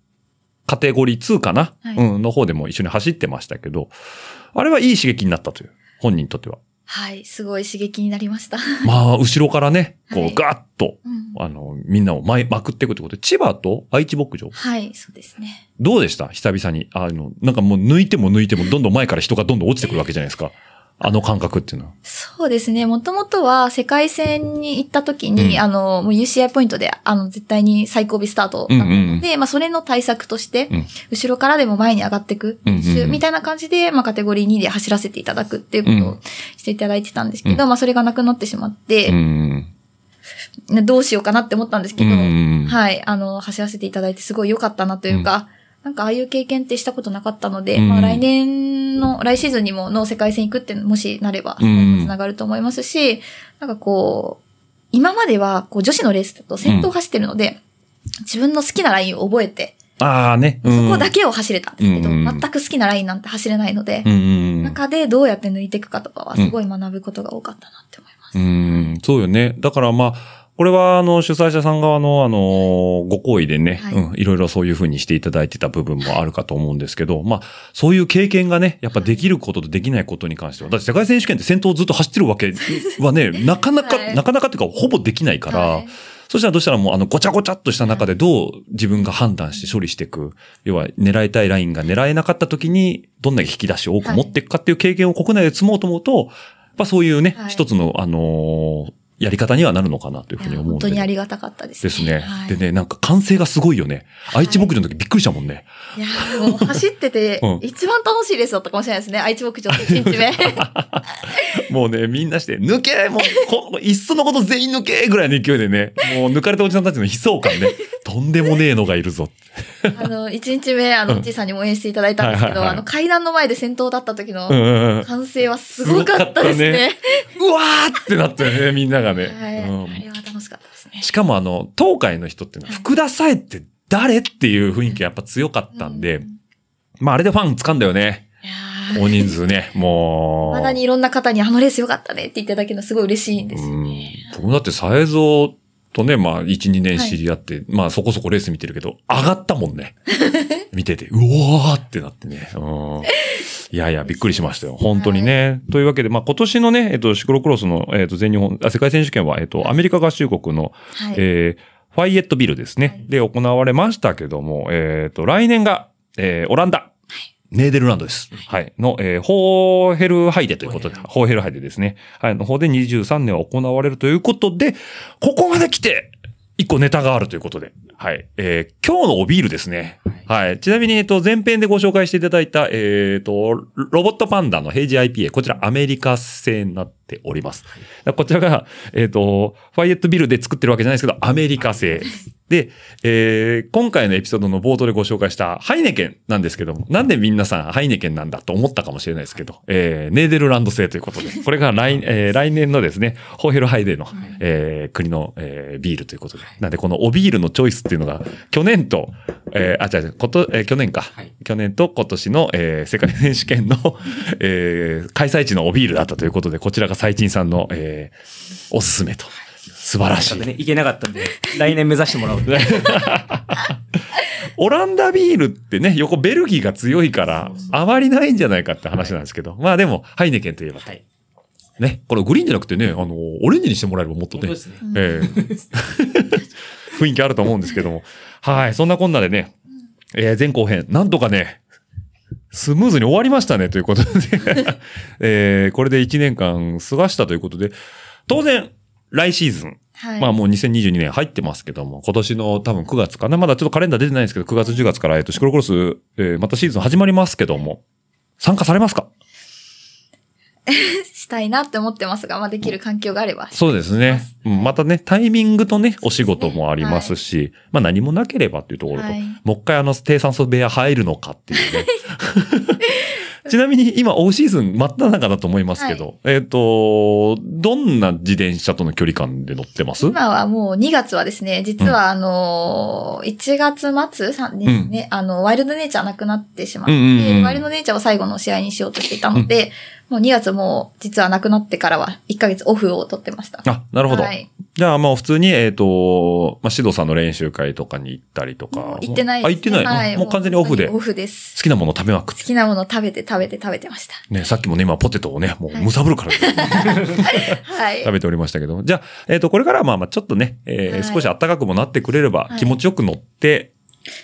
Speaker 5: カテゴリー2かな、
Speaker 4: はい
Speaker 5: うん、の方でも一緒に走ってましたけど、あれはいい刺激になったという、本人に とっては。
Speaker 4: はい。すごい刺激になりました。
Speaker 5: まあ、後ろからね、
Speaker 4: は
Speaker 5: こう、
Speaker 4: い
Speaker 5: ガーッと、
Speaker 4: うん
Speaker 5: あの、みんなを前、まくっていくってことで、千葉と愛知牧場、
Speaker 4: はい、そうですね。
Speaker 5: どうでした久々に。あの、なんかもう抜いても抜いても、どんどん前から人がどんどん落ちてくるわけじゃないですか。あの感覚っていうのは。
Speaker 4: そうですね。もともとは世界戦に行った時に、
Speaker 5: うん
Speaker 4: あの、もう UCI ポイントで、あの、絶対に最後尾スタートだったので、
Speaker 5: うんうん
Speaker 4: まあ、それの対策として、
Speaker 5: うん
Speaker 4: 後ろからでも前に上がっていく、
Speaker 5: うんうんうん
Speaker 4: みたいな感じで、まあ、カテゴリー2で走らせていただくっていうこと
Speaker 5: う
Speaker 4: をしていただいてたんですけど、まあ、それがなくなってしまって、
Speaker 5: ん。
Speaker 4: ねどうしようかなって思ったんですけ
Speaker 5: う
Speaker 4: ど、
Speaker 5: ん。
Speaker 4: はい、あの、走らせていただいてすごい良かったなというか、なんかああいう経験ってしたことなかったので、
Speaker 5: うん
Speaker 4: まあ来年の、来シーズンにもの世界戦行くってもしなれば、
Speaker 5: う
Speaker 4: つ
Speaker 5: ん
Speaker 4: ながると思いますし、なんかこう、今まではこう女子のレースだと先頭を走ってるので、自分の好きなラインを覚えて、
Speaker 5: ああね。うん
Speaker 4: そこだ。けを走れたんですけど、
Speaker 5: うん
Speaker 4: 全く好きなラインなんて走れないので、
Speaker 5: うん。
Speaker 4: 中でどうやって抜いていくかとかはすごい学ぶことが多かったなって思います。
Speaker 5: うん、そうよね。だからまあ、これはあの主催者さん側のあの、ご好意でね、
Speaker 4: はい
Speaker 5: い、うん、いろいろそういうふうにしていただいてた部分もあるかと思うんですけど、まあ、そういう経験がね、やっぱできることとできないことに関しては、だって世界選手権って先頭をずっと走ってるわけは ね、なかなか、
Speaker 4: はい
Speaker 5: なかなかっていうかほぼできないから、
Speaker 4: はい
Speaker 5: そしたらどうしたらもうあのごちゃごちゃっとした中でどう自分が判断して処理していく。要は狙いたいラインが狙えなかった時にどんな引き出しを多く持っていくかっていう経験を国内で積もうと思うと、やっぱそういうね、
Speaker 4: はい
Speaker 5: 一つのあのーやり方にはなるのかなというふう
Speaker 4: い
Speaker 5: に
Speaker 4: や
Speaker 5: 思うん
Speaker 4: 本当
Speaker 5: で、
Speaker 4: にあ
Speaker 5: ね。
Speaker 4: りがたかったです
Speaker 5: で
Speaker 4: ね。
Speaker 5: すね、
Speaker 4: はい
Speaker 5: でね、なんか歓声がすごいよね。
Speaker 4: い
Speaker 5: 愛知牧場の時びっくりしたもんね。
Speaker 4: いやーもう走ってて
Speaker 5: うん、
Speaker 4: 一番楽しいレースだったかもしれないですね。愛知牧場の1日目。
Speaker 5: もうね、みんなして、抜けもう、こいっそのこと全員抜けぐらいの勢いでね、もう抜かれたおじさんたちの悲壮感 ね、とんでもねえのがいるぞ。
Speaker 4: あの、1日目、あの、
Speaker 5: うん
Speaker 4: おじいさんにも応援していただいたんですけ
Speaker 5: はいはい
Speaker 4: ど、
Speaker 5: はい
Speaker 4: あの、階段の前で先頭だった時の
Speaker 5: うんうんうん。
Speaker 4: 歓声はすごかったですね。
Speaker 5: うわーってなったよね、みんながね。
Speaker 4: はい。
Speaker 5: う
Speaker 4: あ
Speaker 5: ん
Speaker 4: れは楽しかったですね。
Speaker 5: しかもあの、東海の人っていうのは、
Speaker 4: はい
Speaker 5: 福田さえって誰っていう雰囲気がやっぱ強かったんで、
Speaker 4: うい
Speaker 5: まああれでファン掴んだよね。
Speaker 4: やー
Speaker 5: 大人数ね。もう。
Speaker 4: まだにいろんな方にあのレース良かったねって言っていただけるのすごい嬉しいんですよ
Speaker 5: うん
Speaker 4: ね。。
Speaker 5: 僕だって、サエゾとね、まあ、1、2年知り合って、まあ、そこそこレース見てるけど、上がったも んね。見てて、うわーってなってね。うん。いやいや、びっくりしましたよ。本当にね。というわけで、まあ、今年のね、えっと、シクロクロスの、えっと、全日本、あ世界選手権は、えっと、アメリカ合衆国の、
Speaker 4: はい。
Speaker 5: えーファイエットビルですね。で、行われましたけども、えっ、と、来年が、えーオランダ。ネーデルランドです。はい。の、えーホーヘルハイデということで、ホーヘルハイデですね。はい。の方で23年は行われるということで、ここまで来て、一個ネタがあるということで。はい。えー今日のおビールですね。はい。ちなみに、えっ、と、前編でご紹介していただいた、えっ、と、ロボットパンダの平時 IPA、こちらアメリカ製になっております。こちらが、えっ、と、ファイエットビルで作ってるわけじゃないですけど、アメリカ製。で、えー今回のエピソードの冒頭でご紹介したハイネケンなんですけども、なんでみんなさんハイネケンなんだと思ったかもしれないですけど、えーネーデルランド製ということで、これが来,、えー来年のですね、ホーヘルハイデーの、えー国の、えービールということで。なんでこのおビールのチョイスっていうのが、去年と、えーあ、違う違う、こと、えー去年か、
Speaker 6: い
Speaker 5: 去年 と今年の、えー世界選手権の、えー開催地のおビールだったということで、こちらが中最賃さんの、えーおすすめと。素晴らしい。
Speaker 6: ね、いけなかったんで、来年目指してもらおう。
Speaker 5: オランダビールってね、横ベルギーが強いから、あまりないんじゃないかって話なんですけど。まあでも、ハイネケンといえばと。
Speaker 6: はい
Speaker 5: ね、これグリーンじゃなくてね、あの、オレンジにしてもらえればもっとね、
Speaker 6: すね。
Speaker 5: ええ雰囲気あると思うんですけども。はい、そんなこんなでね、えー前後編、なんとかね、スムーズに終わりましたね、ということで、 えーこれで1年間過ごしたということで、当然、来シーズン、
Speaker 4: はい。
Speaker 5: まあもう2022年入ってますけども、今年の多分9月かな、まだちょっとカレンダー出てないんですけど、9月10月から、えっと、シクロクロス、えーまたシーズン始まりますけども、参加されますか
Speaker 4: したいなって思ってますが、まあできる環境があれば。
Speaker 5: そうですね。うんまたね、タイミングとね、お仕事もありますし、まあ何もなければっていうところと、
Speaker 4: はい
Speaker 5: もう一回あの低酸素部屋入るのかっていうね。ちなみに今、オーシーズン真っ只中だと思いますけど、えっ、と、どんな自転車との距離感で乗ってます
Speaker 4: 今はもう2月はですね、実はあのー、1月末さんですね、あの、ワイルドネイチャーなくなってしまって、
Speaker 5: うんうんうん
Speaker 4: ワイルドネイチャーを最後の試合にしようとしていたので、もう2月もう実はなくなってからは1ヶ月オフを取ってました。
Speaker 5: あ、なるほど。
Speaker 4: はい。
Speaker 5: じゃあ、まあ、普通に、えっ、と、まあ、シドさんの練習会とかに行ったりとか。
Speaker 4: 行ってない
Speaker 5: あ、
Speaker 4: です
Speaker 5: 行ってない。
Speaker 4: は
Speaker 5: もう完全にオフで。
Speaker 4: オ
Speaker 5: 好
Speaker 4: フです。
Speaker 5: きなもの食べまくっ
Speaker 4: 好
Speaker 5: て。
Speaker 4: きなものを食べて食べて食べてました。
Speaker 5: ね、さっきもね、今、ポテトをね、もう、
Speaker 4: はい
Speaker 5: むさぶるから、
Speaker 4: はい。
Speaker 5: 食べておりましたけども。じゃあ、えっ、と、これからはまあまあ、ちょっとね、えー
Speaker 4: はい
Speaker 5: 少し暖かくもなってくれれば
Speaker 4: は、い
Speaker 5: 気持ちよく乗って、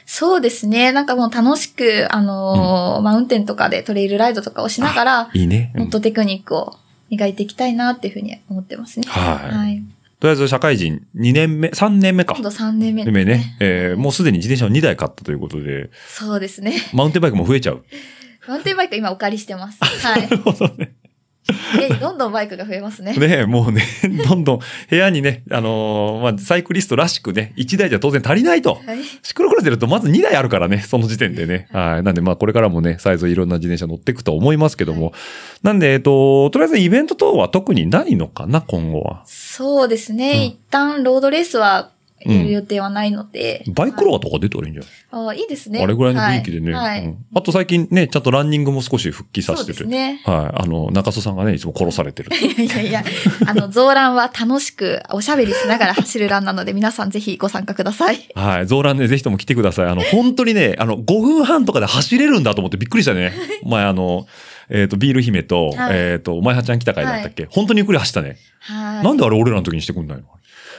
Speaker 4: そうですね。なんかもう楽しく、あのーマウンテンとかでトレイルライドとかをしながら、
Speaker 5: いいね。うん
Speaker 4: もっとテクニックを磨いていきたいなっていうふうに思ってますね。
Speaker 5: はい
Speaker 4: はい。
Speaker 5: とりあえず、社会人2年目、3年目か
Speaker 4: 今。度3年目です
Speaker 5: 目ね、えーもうすでに自転車を2台買ったということで、
Speaker 4: そうですね。
Speaker 5: マウンテンバイクも増えちゃう。
Speaker 4: マウンテンバイク今お借りしてます。 はい。なるほどね。で、どんどんバイクが増えますね。
Speaker 5: ねもうね、 どんどん部屋にね、あのーまあ、サイクリストらしくね、1台じゃ当然足りないと。
Speaker 4: はい。
Speaker 5: シクロクロスでやるとまず2台あるからね、その時点でね。はい。なんでまあこれからもね、サイズいろんな自転車乗っていくと思いますけども。なんで、えっと、とりあえずイベント等は特にないのかな、今後は。
Speaker 4: そうですね。
Speaker 5: うん
Speaker 4: 一旦ロードレースは
Speaker 5: うん
Speaker 4: やる予定はないので。
Speaker 5: バイクロアとか出たらいいんじゃない、
Speaker 4: ああいいですね。
Speaker 5: あれぐらいの雰囲気でね、
Speaker 4: はい。は
Speaker 5: う
Speaker 4: い
Speaker 5: んあと最近ね、ちゃんとランニングも少し復帰さ
Speaker 4: そ
Speaker 5: せ
Speaker 4: う
Speaker 5: て
Speaker 4: で
Speaker 5: て。
Speaker 4: すね。
Speaker 5: はい。あの、中曽さんがね、いつも殺されてる。
Speaker 4: いやいやいや、あの、ゾーランは楽しくおしゃべりしながら走るランなので、皆さんぜひご参加ください。
Speaker 5: はい。ゾーランね、ぜひとも来てください。あの、本当にね、あの、5分半とかで走れるんだと思ってびっくりした ね。前あの、えっ、と、ビール姫と、
Speaker 4: はい
Speaker 5: えっ、と、マイハちゃん来た回だったっけ、本当にゆっくり走ったね。
Speaker 4: はい。
Speaker 5: なんであれ俺らの時にしてくんないの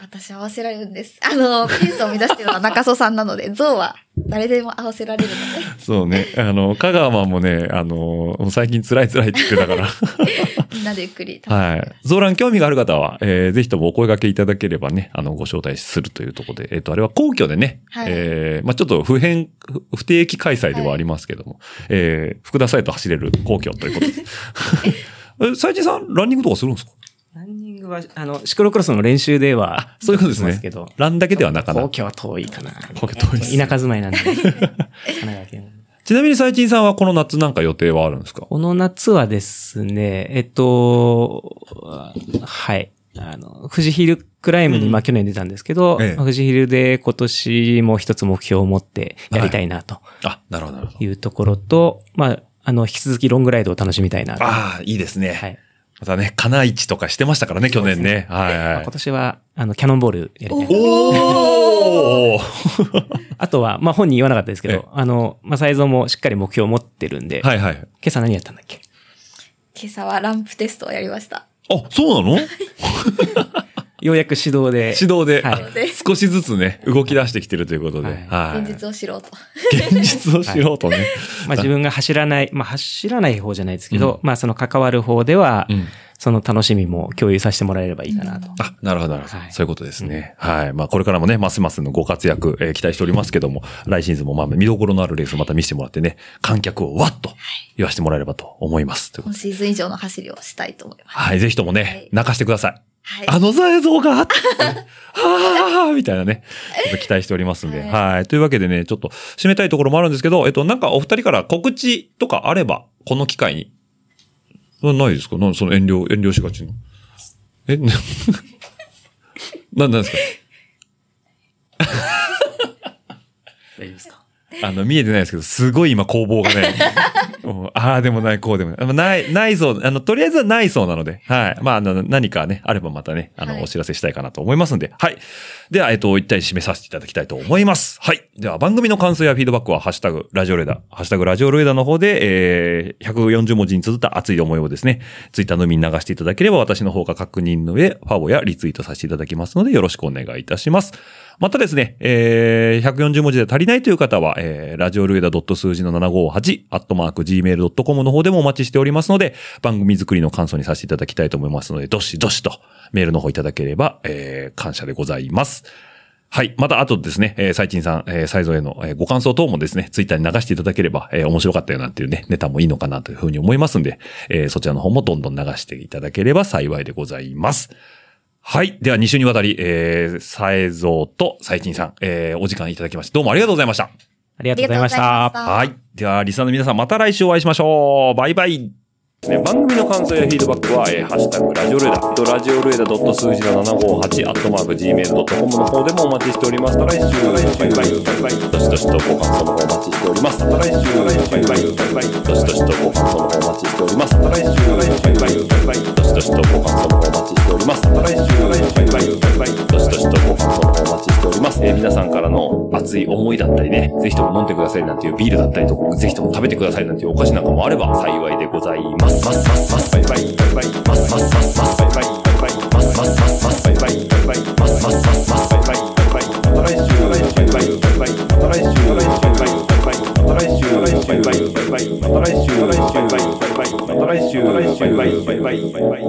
Speaker 4: 私合わせられるんです。あの、ペースを目指してるのは中曽さんなので、ゾウは誰でも合わせられるので。
Speaker 5: そうね。あの、香川もね、あの、最近辛い辛いって言ってたから。
Speaker 4: みんなでゆっくり楽しんで
Speaker 5: はい。ゾーラン興味がある方は、えーぜひともお声掛けいただければね、あの、ご招待するというところで、えっ、と、あれは皇居でね、
Speaker 4: はい
Speaker 5: えーまあちょっと不変、不不定期開催ではありますけども、えー福田サイト走れる皇居ということで。 え、最近さん、ランニングとかするんですか
Speaker 6: ランニングは、あの、シクロクロスの練習では、
Speaker 5: そういうことです
Speaker 6: しま
Speaker 5: ね
Speaker 6: けど。
Speaker 5: ランだけではなかな
Speaker 6: 皇
Speaker 5: か。
Speaker 6: 居は遠いかな。
Speaker 5: 皇居遠いです
Speaker 6: 田舎住まいなん で。神奈川県
Speaker 5: ちなみに最近さんはこの夏なんか予定はあるんですか
Speaker 6: この夏はですね、えっと、はい。あの、富士ヒルクライムに、
Speaker 5: うん
Speaker 6: まあ去年出たんですけど、
Speaker 5: ええ
Speaker 6: まあ富士ヒルで今年も一つ目標を持ってやりたいなと
Speaker 5: あ、なるほど、なるほど。
Speaker 6: いうところと、まあ、あの、引き続きロングライドを楽しみたいなと。
Speaker 5: ああ、いいですね。
Speaker 6: はい。
Speaker 5: またね、金市とかしてましたからね、去年ね。はい
Speaker 6: ま
Speaker 5: は
Speaker 6: あ
Speaker 5: い
Speaker 6: 今。年は、あの、キャノンボールやりたいなと。
Speaker 5: おお
Speaker 6: あとは、まあ本人言わなかったですけ
Speaker 5: ええ
Speaker 6: ど、あの、まあサイズもしっかり目標を持ってるんで、
Speaker 5: はいはい。
Speaker 6: 今朝何やったんだっけ
Speaker 4: 今朝はランプテストをやりました。
Speaker 5: あ、そうなの
Speaker 6: ようやく指導で。
Speaker 5: 指導で、
Speaker 6: はい
Speaker 5: あ少しずつね、動き出してきてるということで。
Speaker 6: はい
Speaker 5: はい。
Speaker 4: 現実を知ろうと。
Speaker 5: 現実を知ろうとね。
Speaker 6: まあ自分が走らない、まあ走らない方じゃないですけど、まあその関わる方では、
Speaker 5: うん
Speaker 6: その楽しみも共有させてもらえればいいかなと。
Speaker 5: あ、なるほど、なるほど、
Speaker 6: はい
Speaker 5: そういうことですね。はい。まあ、これからもね、ますますのご活躍、えー期待しておりますけども、来シーズンもまあ、見どころのあるレースまた見せてもらってね、観客をわっと言わせてもらえればと思います。というこ
Speaker 4: 今
Speaker 5: とで
Speaker 4: シーズン以上の走りをしたいと思います。
Speaker 5: はい。ぜひともね、泣かしてください。
Speaker 4: はい。
Speaker 5: あの映像があって、ああみたい なね、ちょっと期待しておりますんで。
Speaker 4: はい
Speaker 5: はい。というわけでね、ちょっと締めたいところもあるんですけど、えっと、なんかお二人から告知とかあれば、この機会に。なないですかなんその遠慮、遠慮しがちの。え、な、 ななんですか
Speaker 6: 大丈夫ですか
Speaker 5: あの、見えてないですけど、すごい今攻防 がね。もうああでもない、こうでもない。まあない、ないそう、あの、とりあえずはないそうなので、はい。まあ、あの、何かね、あればまたね、あの、
Speaker 4: はい
Speaker 5: お知らせしたいかなと思いますんで、はい。では、えっと、一体締めさせていただきたいと思います。はい。では、番組の感想やフィードバックは、ハッシュタグ、ラジオレーダー、ハッシュタグ、ラジオレーダーの方で、えー、140文字に綴った熱い思いをですね、ツイッターのみに流していただければ、私の方が確認の上、ファボやリツイートさせていただきますので、よろしくお願いいたします。またですね、えー、140文字で足りないという方は、えー、ラジオルエダ数字の758、アットマーク gmail.com の方でもお待ちしておりますので、番組作りの感想にさせていただきたいと思いますので、どしどしとメールの方いただければ、えー、感謝でございます。はい。また、あとですね、えー、サイチンさん、えー、サイゾーへの、えーご感想等もですね、ツイッターに流していただければ、えー面白かったよなんていうね、ネタもいいのかなというふうに思いますんで、えーそちらの方もどんどん流していただければ幸いでございます。はい。では、2週にわたり、えー、サエゾウとサイチンさん、えー、お時間いただきまして、どうもありがとうございました。
Speaker 6: ありがとうございました。
Speaker 5: はい。では、リスナーの皆さん、また来週お会いしましょう。バイバイ。ね、番組の感想やフィードバックは、えー、ハッシュタグ、ラジオルエダ、えっとラジオルエダ数字の758、アットマーク、gmail.com の方でもお待ちしております。また来週、バイバイ、バイバイ、どしどしとご感想の方お待ちしております。また来週、バイバイ、バイバイ、どしどしとご感想の方お待ちしております。また来週、バイバイ、バイバイ、どしどしとご感想の方お待ちしております。また来週、バイバイ、バイバイ、どしどしとご感想の方お待ちしております。えー、皆さんからの熱い思いだったりね、ぜひとも飲んでくださいなんていうビールだったりとか、ぜひとも食べてくださいなんていうお菓子なんかもあれば幸いでございます。ますますますバイバイバイバイますますますますバイバイバイバイますますますますバイバイバイバイますますますますバイバイバイバイまた来週バイバイバイバイまた来週バイバイバイバイまた来週バイバイバイバイまた来週バイバイバイバイまた来週バイバイバイバイまた来週バイバイバイバイ